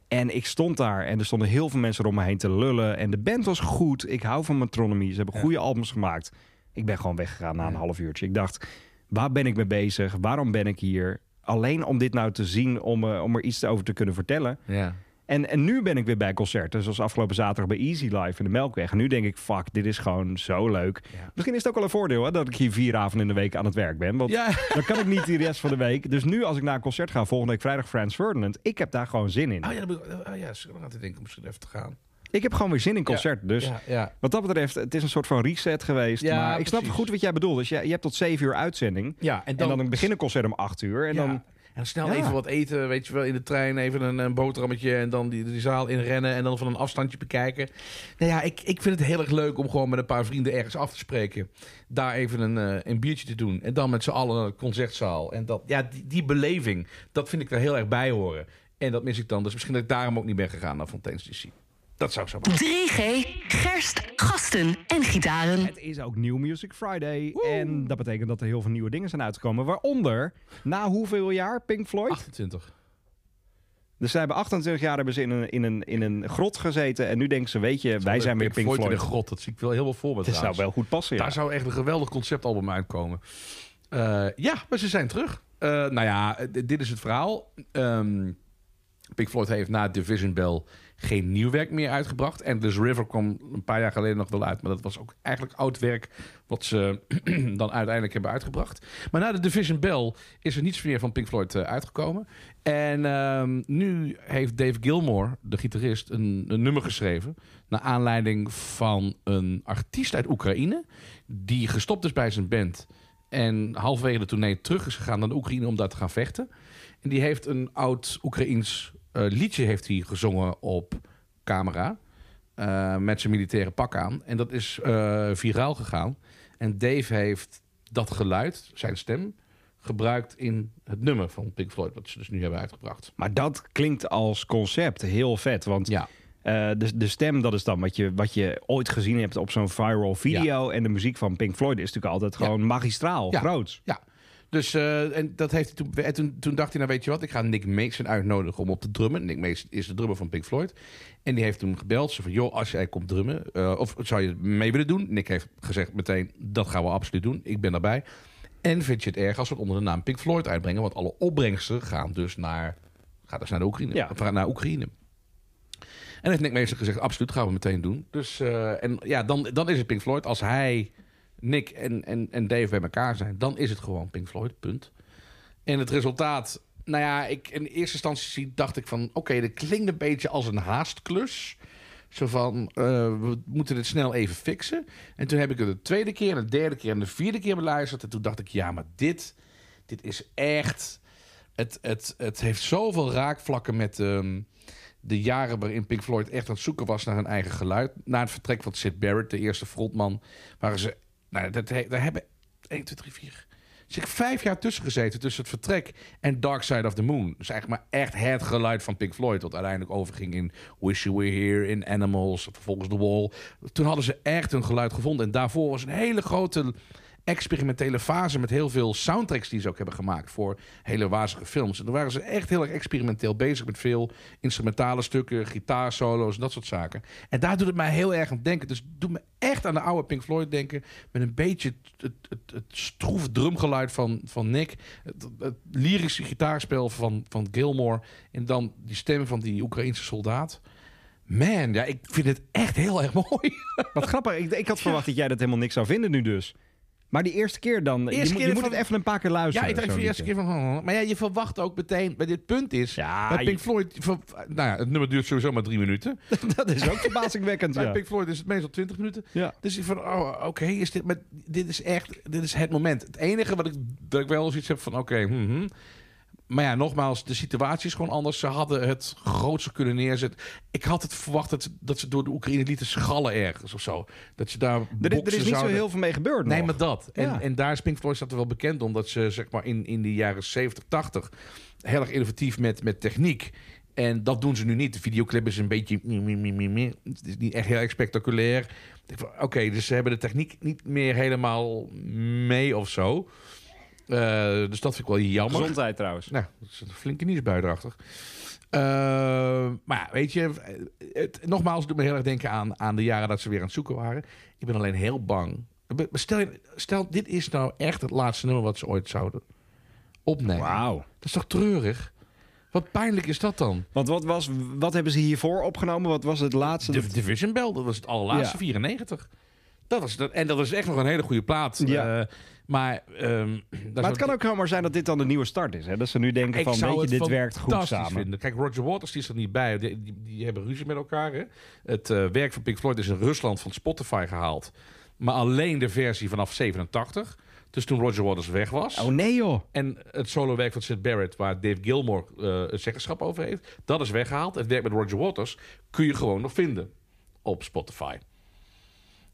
Speaker 1: En ik stond daar en er stonden heel veel mensen om me heen te lullen. En de band was goed. Ik hou van Metronomy. Ze hebben goede albums gemaakt. Ik ben gewoon weggegaan na een half uurtje. Ik dacht, waar ben ik mee bezig? Waarom ben ik hier? Alleen om dit nou te zien, om, eh, om er iets over te kunnen vertellen.
Speaker 2: Ja.
Speaker 1: En, en nu ben ik weer bij concerten, zoals afgelopen zaterdag bij Easy Live in de Melkweg. En nu denk ik, fuck, dit is gewoon zo leuk. Misschien is het ook wel een voordeel hè, dat ik hier vier avonden in de week aan het werk ben. Want
Speaker 2: Ja.
Speaker 1: dan kan ik niet die rest van de week. Dus nu als ik naar een concert ga, volgende week vrijdag Frans Ferdinand. Ik heb daar gewoon zin in.
Speaker 2: Oh ja, dan moet ik- oh, ja, ik aan te denken om misschien even te gaan.
Speaker 1: Ik heb gewoon weer zin in concerten. Dus
Speaker 2: Ja, ja.
Speaker 1: wat dat betreft, het is een soort van reset geweest.
Speaker 2: Ja,
Speaker 1: maar ik snap
Speaker 2: precies.
Speaker 1: goed wat jij bedoelt. Dus je, je hebt tot zeven uur uitzending.
Speaker 2: Ja, en
Speaker 1: en
Speaker 2: dan-
Speaker 1: dan, begin een concert om acht uur. En
Speaker 2: Ja.
Speaker 1: dan,
Speaker 2: En snel
Speaker 1: Ja.
Speaker 2: even wat eten, weet je wel, in de trein. Even een, een boterhammetje en dan die, die zaal inrennen en dan van een afstandje bekijken. Nou ja, ik, ik vind het heel erg leuk om gewoon met een paar vrienden ergens af te spreken. Daar even een, eh, een biertje te doen en dan met z'n allen naar de concertzaal. En dat, ja, die, die beleving, dat vind ik daar heel erg bij horen. En dat mis ik dan. Dus misschien dat ik daarom ook niet ben gegaan naar Fontaine's DC. Dat zou ik zo maken.
Speaker 3: 3G, gerst, gasten en gitaren.
Speaker 1: Het is ook New Music Friday. En dat betekent dat er heel veel nieuwe dingen zijn uitgekomen. Waaronder, na hoeveel jaar Pink Floyd?
Speaker 2: 28.
Speaker 1: Dus zij hebben 28 jaar hebben ze in een, in, een, in een grot gezeten. En nu denken ze, weet je, wij zijn weer Pink Floyd.
Speaker 2: in de grot. Dat zie ik wel heel veel voor me
Speaker 1: Dat zou
Speaker 2: trouwens.
Speaker 1: wel goed passen, ja.
Speaker 2: Daar zou echt een geweldig conceptalbum uitkomen. Eh, ja, maar ze zijn terug. Eh, nou ja, d- dit is het verhaal. Ehm, Pink Floyd heeft na Division Bell geen nieuw werk meer uitgebracht. En This River kwam een paar jaar geleden nog wel uit. Maar dat was ook eigenlijk oud werk wat ze <clears throat> dan uiteindelijk hebben uitgebracht. Maar na de Division Bell is er niets meer van Pink Floyd eh, uitgekomen. En ehm, nu heeft Dave Gilmore, de gitarist, een, een nummer geschreven. Naar aanleiding van een artiest uit Oekraïne. Die gestopt is bij zijn band. En halverwege de tournee terug is gegaan naar de Oekraïne om daar te gaan vechten. En die heeft een oud Oekraïens eh, liedje heeft hij gezongen op camera. eh, met zijn militaire pak aan. En dat is eh, viraal gegaan. En Dave heeft dat geluid, zijn stem, gebruikt in het nummer van Pink Floyd. Wat ze dus nu hebben uitgebracht.
Speaker 1: Maar dat klinkt als concept heel vet. Want
Speaker 2: Ja.
Speaker 1: eh, de, de stem, dat is dan wat je, wat je ooit gezien hebt op zo'n viral video. En de muziek van Pink Floyd is natuurlijk altijd gewoon magistraal,
Speaker 2: Ja.
Speaker 1: groots.
Speaker 2: Ja. Dus eh, en dat heeft hij toen, en toen, toen dacht hij, nou weet je wat, ik ga Nick Mason uitnodigen om op te drummen. Nick Mason is de drummer van Pink Floyd. En die heeft hem gebeld. Ze van, joh, als jij komt drummen, eh, of zou je mee willen doen? Nick heeft gezegd meteen, dat gaan we absoluut doen. Ik ben daarbij. En vind je het erg als we het onder de naam Pink Floyd uitbrengen? Want alle opbrengsten gaan dus naar, gaat dus naar, de Oekraïne,
Speaker 1: Ja.
Speaker 2: Of naar Oekraïne. En heeft Nick Mason gezegd, absoluut, gaan we meteen doen. Dus, eh, en ja, dan, dan is het Pink Floyd. Als hij, Nick en, en, en Dave bij elkaar zijn, dan is het gewoon Pink Floyd, punt. En het resultaat, nou ja, ik, in eerste instantie dacht ik van... oké, dat klinkt een beetje als een haastklus. Zo van, eh, we moeten dit snel even fixen. En toen heb ik het de tweede keer, en de derde keer en de vierde keer beluisterd. En toen dacht ik, ja, maar dit, dit is echt... Het, het, het heeft zoveel raakvlakken met ehm, de jaren waarin Pink Floyd echt aan het zoeken was naar hun eigen geluid. Na het vertrek van Sid Barrett, de eerste frontman, waren ze... Nou, dat, he- daar hebben 1, 2, 3, 4... Er zit vijf jaar tussen gezeten tussen het vertrek en Dark Side of the Moon. Dus eigenlijk maar echt het geluid van Pink Floyd. Wat uiteindelijk overging in Wish You Were Here, in Animals, vervolgens The Wall. Toen hadden ze echt hun geluid gevonden. En daarvoor was een hele grote experimentele fase met heel veel soundtracks die ze ook hebben gemaakt voor hele wazige films. En toen waren ze echt heel erg experimenteel bezig met veel instrumentale stukken, gitaarsolo's en dat soort zaken. En daar doet het mij heel erg aan denken. Dus het doet me echt aan de oude Pink Floyd denken. Met een beetje het- het, het, het stroef drumgeluid van, van Nick. Het, het lyrische gitaarspel van, van Gilmore. En dan die stem van die Oekraïense soldaat. Man, ja, ik vind het echt heel erg <laughs> mooi.
Speaker 1: Wat grappig, ik, ik had verwacht dat jij dat helemaal niks zou vinden nu dus. Maar die eerste keer dan, je,
Speaker 2: Eerste
Speaker 1: moet-
Speaker 2: keer
Speaker 1: je moet
Speaker 2: van-
Speaker 1: het even een paar keer
Speaker 2: Ja,
Speaker 1: luisteren.
Speaker 2: ik dacht voor
Speaker 1: zo'n
Speaker 2: de eerste keer
Speaker 1: liedje.
Speaker 2: van... "Oh." Maar ja, je verwacht ook meteen... Bij dit punt is...
Speaker 1: Ja,
Speaker 2: bij Pink
Speaker 1: je-
Speaker 2: Floyd... van- nou ja, het nummer duurt sowieso maar drie minuten.
Speaker 1: Dat is ook verbazingwekkend, <laughs>
Speaker 2: Bij
Speaker 1: ja.
Speaker 2: Pink Floyd is het meestal 20 minuten.
Speaker 1: Ja.
Speaker 2: Dus ik van, oh, oké, is dit, maar dit is echt, dit is het moment. Het enige wat ik, dat ik wel zoiets heb van, oké, mhm. maar ja, nogmaals, de situatie is gewoon anders. Ze hadden het grootste kunnen neerzetten. Ik had het verwacht dat, ze- dat ze door de Oekraïne lieten schallen ergens of zo. Dat ze
Speaker 1: Er,
Speaker 2: daar
Speaker 1: is- er
Speaker 2: boksen
Speaker 1: is niet zo
Speaker 2: zouden.
Speaker 1: heel veel mee gebeurd
Speaker 2: Nee,
Speaker 1: nog.
Speaker 2: maar dat. En,
Speaker 1: Ja.
Speaker 2: en daar is Pink Floyd staat er wel bekend om. Dat ze zeg maar in, in de jaren 70, 80 heel erg innovatief met, met techniek. En dat doen ze nu niet. De videoclip is een beetje... mie, mie, mie, mie, mie. Het is niet echt heel erg spectaculair. Ik van, Oké, dus ze hebben de techniek niet meer helemaal mee of zo. Eh, dus dat vind ik wel jammer.
Speaker 1: Gezondheid trouwens.
Speaker 2: Nou, dat is een flinke nieuwsbui erachter. Eh, maar ja, weet je, het, nogmaals, het doet me heel erg denken aan, aan de jaren dat ze weer aan het zoeken waren. Ik ben alleen heel bang. Maar Stel, je- stel dit is nou echt het laatste nummer wat ze ooit zouden opnemen.
Speaker 1: Wauw.
Speaker 2: Dat is toch treurig? Wat pijnlijk is dat dan?
Speaker 1: Want wat, was, wat hebben ze hiervoor opgenomen? Wat was het laatste?
Speaker 2: De Division Bell, dat was het allerlaatste,
Speaker 1: Ja.
Speaker 2: 94. Dat was, dat, en dat was echt nog een hele goede plaat.
Speaker 1: Ja.
Speaker 2: Eh, maar ehm, dat
Speaker 1: maar het kan ook zomaar zijn dat dit dan de nieuwe start is. Hè? Dat ze nu denken van, weet je, dit werkt goed
Speaker 2: fantastisch
Speaker 1: samen.
Speaker 2: vinden. Kijk, Roger Waters die is er niet bij. Die, die, die hebben ruzie met elkaar. Hè? Het eh, werk van Pink Floyd is in Rusland van Spotify gehaald. Maar alleen de versie vanaf 87. Dus toen Roger Waters weg was.
Speaker 1: Oh nee joh.
Speaker 2: En het solowerk van Sid Barrett, waar Dave Gilmore eh, een zeggenschap over heeft, dat is weggehaald. Het werk met Roger Waters kun je gewoon nog vinden op Spotify.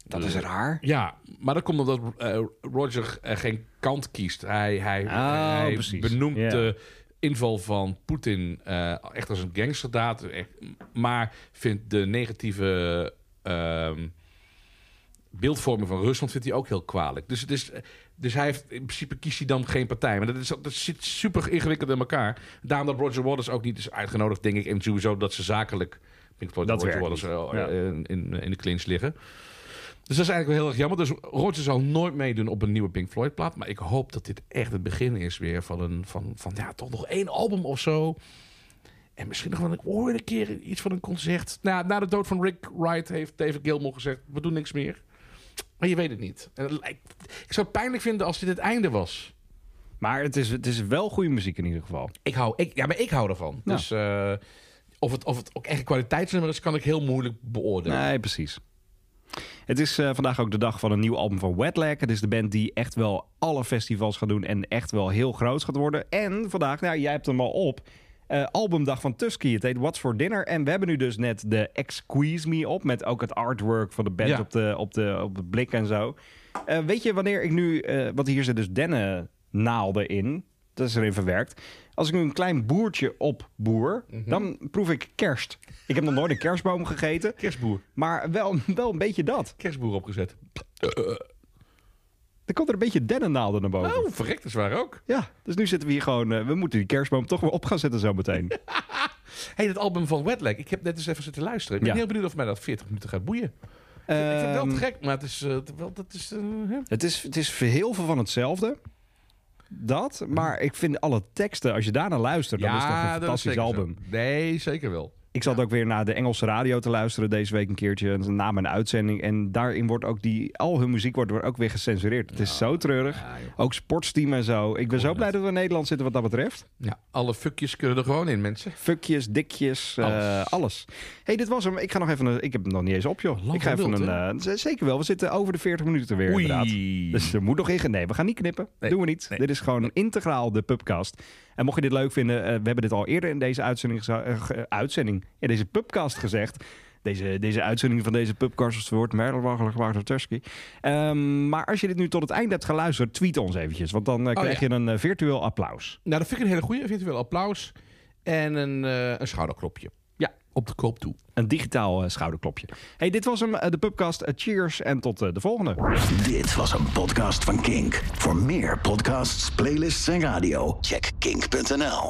Speaker 1: Dat is raar.
Speaker 2: Ja, maar dat komt omdat eh, Roger eh, geen kant kiest. Hij, hij,
Speaker 1: Ah,
Speaker 2: hij
Speaker 1: precies.
Speaker 2: benoemt
Speaker 1: Ja.
Speaker 2: de inval van Poetin eh, echt als een gangsterdaad. Echt, maar vindt de negatieve ehm, beeldvorming van Rusland vindt hij ook heel kwalijk. Dus, het is- dus hij heeft, in principe kiest hij dan geen partij. Maar dat, is, dat zit super ingewikkeld in elkaar. Daarom dat Roger Waters ook niet is uitgenodigd, denk ik. En sowieso dat ze zakelijk... Pink Floyd
Speaker 1: Dat
Speaker 2: en Roger
Speaker 1: werkt
Speaker 2: Waters
Speaker 1: niet.
Speaker 2: eh, in, in, in de clinch liggen. Dus dat is eigenlijk wel heel erg jammer. Dus Roger zal nooit meedoen op een nieuwe Pink Floyd plaat. Maar ik hoop dat dit echt het begin is weer van, een, van, van ja, toch nog één album of zo. En misschien nog wel een, ooit een keer iets van een concert. Nou, na de dood van Rick Wright heeft David Gilmour gezegd... we doen niks meer. Maar je weet het niet. En het lijkt- ik zou het pijnlijk vinden als dit het einde was.
Speaker 1: Maar het is, het is wel goede muziek in ieder geval.
Speaker 2: Ik hou, ik, ja, maar ik hou ervan.
Speaker 1: Ja.
Speaker 2: Dus eh, of, het, of het ook echt een kwaliteitsnummer is... kan ik heel moeilijk beoordelen.
Speaker 1: Nee, precies. Het is eh, vandaag ook de dag van een nieuw album van Wetlag. Het is de band die echt wel alle festivals gaat doen en echt wel heel groot gaat worden. En vandaag, nou, jij hebt hem al op. eh, albumdag van Tusky. Het heet What's for Dinner. En we hebben nu dus net de Exqueeze Me op. Met ook het artwork van de band
Speaker 2: Ja.
Speaker 1: op, de, op, de, op de blik en zo. Eh, weet je wanneer ik nu. eh want hier zit dus dennennaalden in. Dat is erin verwerkt. Als ik nu een klein boertje opboer, dan proef ik kerst. Ik heb nog nooit een kerstboom gegeten.
Speaker 2: Kerstboer.
Speaker 1: Maar wel, wel een beetje dat.
Speaker 2: Kerstboer opgezet.
Speaker 1: Er komt er een beetje dennennaalden naar boven.
Speaker 2: Oh, verrekt, dat is waar ook.
Speaker 1: Ja, dus nu zitten we hier gewoon... eh, we moeten die kerstboom toch weer op gaan zetten zo
Speaker 2: <laughs>
Speaker 1: meteen.
Speaker 2: hey, dat album van Wetlag. Ik heb net eens even zitten luisteren. Ik ben
Speaker 1: Ja.
Speaker 2: heel benieuwd of mij dat 40 minuten gaat boeien. ik vind het wel
Speaker 1: Ehm,
Speaker 2: te gek, maar het is... eh, wel, dat is eh, hè?
Speaker 1: het, is, het is heel veel van hetzelfde. Dat, maar ik vind alle teksten, als je daarna luistert, dan is het toch een fantastisch
Speaker 2: zeker zo.
Speaker 1: album.
Speaker 2: Nee, zeker wel.
Speaker 1: Ik zat ook weer naar de Engelse radio te luisteren deze week een keertje. Na mijn uitzending. En daarin wordt ook die, al hun muziek wordt ook weer gecensureerd. Het is zo treurig. ook sportsteam en zo. Ik ben zo blij dat we in Nederland zitten wat dat betreft.
Speaker 2: Ja, alle fuckjes kunnen er gewoon in, mensen.
Speaker 1: Fukjes, dikjes, eh, alles.
Speaker 2: Alles.
Speaker 1: hey, dit was hem. Ik ga nog even. Een, ik heb hem nog niet eens op, joh.
Speaker 2: Lang
Speaker 1: ik ga even
Speaker 2: geduld, hè?
Speaker 1: een. eh, z- zeker wel. We zitten over de 40 minuten weer,
Speaker 2: Oei.
Speaker 1: inderdaad. Dus er moet nog in. Nee, we gaan niet knippen.
Speaker 2: Nee.
Speaker 1: Doen we niet.
Speaker 2: Nee.
Speaker 1: Dit is gewoon integraal de pubcast. En mocht je dit leuk vinden, eh, we hebben dit al eerder in deze uitzending, geza- eh, ge- eh, uitzending in deze pubcast gezegd. Deze, deze uitzending van deze pubcast is verwoord. Merel Waggelen gemaakt door Tusky. Ehm, maar als je dit nu tot het einde hebt geluisterd, tweet ons eventjes. Want dan eh, krijg
Speaker 2: Oh, ja.
Speaker 1: je een eh, virtueel applaus.
Speaker 2: Nou, dat vind ik een hele goede. Virtueel applaus. En een, eh, een schouderklopje.
Speaker 1: Ja.
Speaker 2: Op de koop toe.
Speaker 1: Een digitaal eh, schouderklopje. Hey, dit was hem, eh, de Pubcast. Eh, cheers en tot eh, de volgende.
Speaker 6: Dit was een podcast van Kink. Voor meer podcasts, playlists en radio, check kink.nl.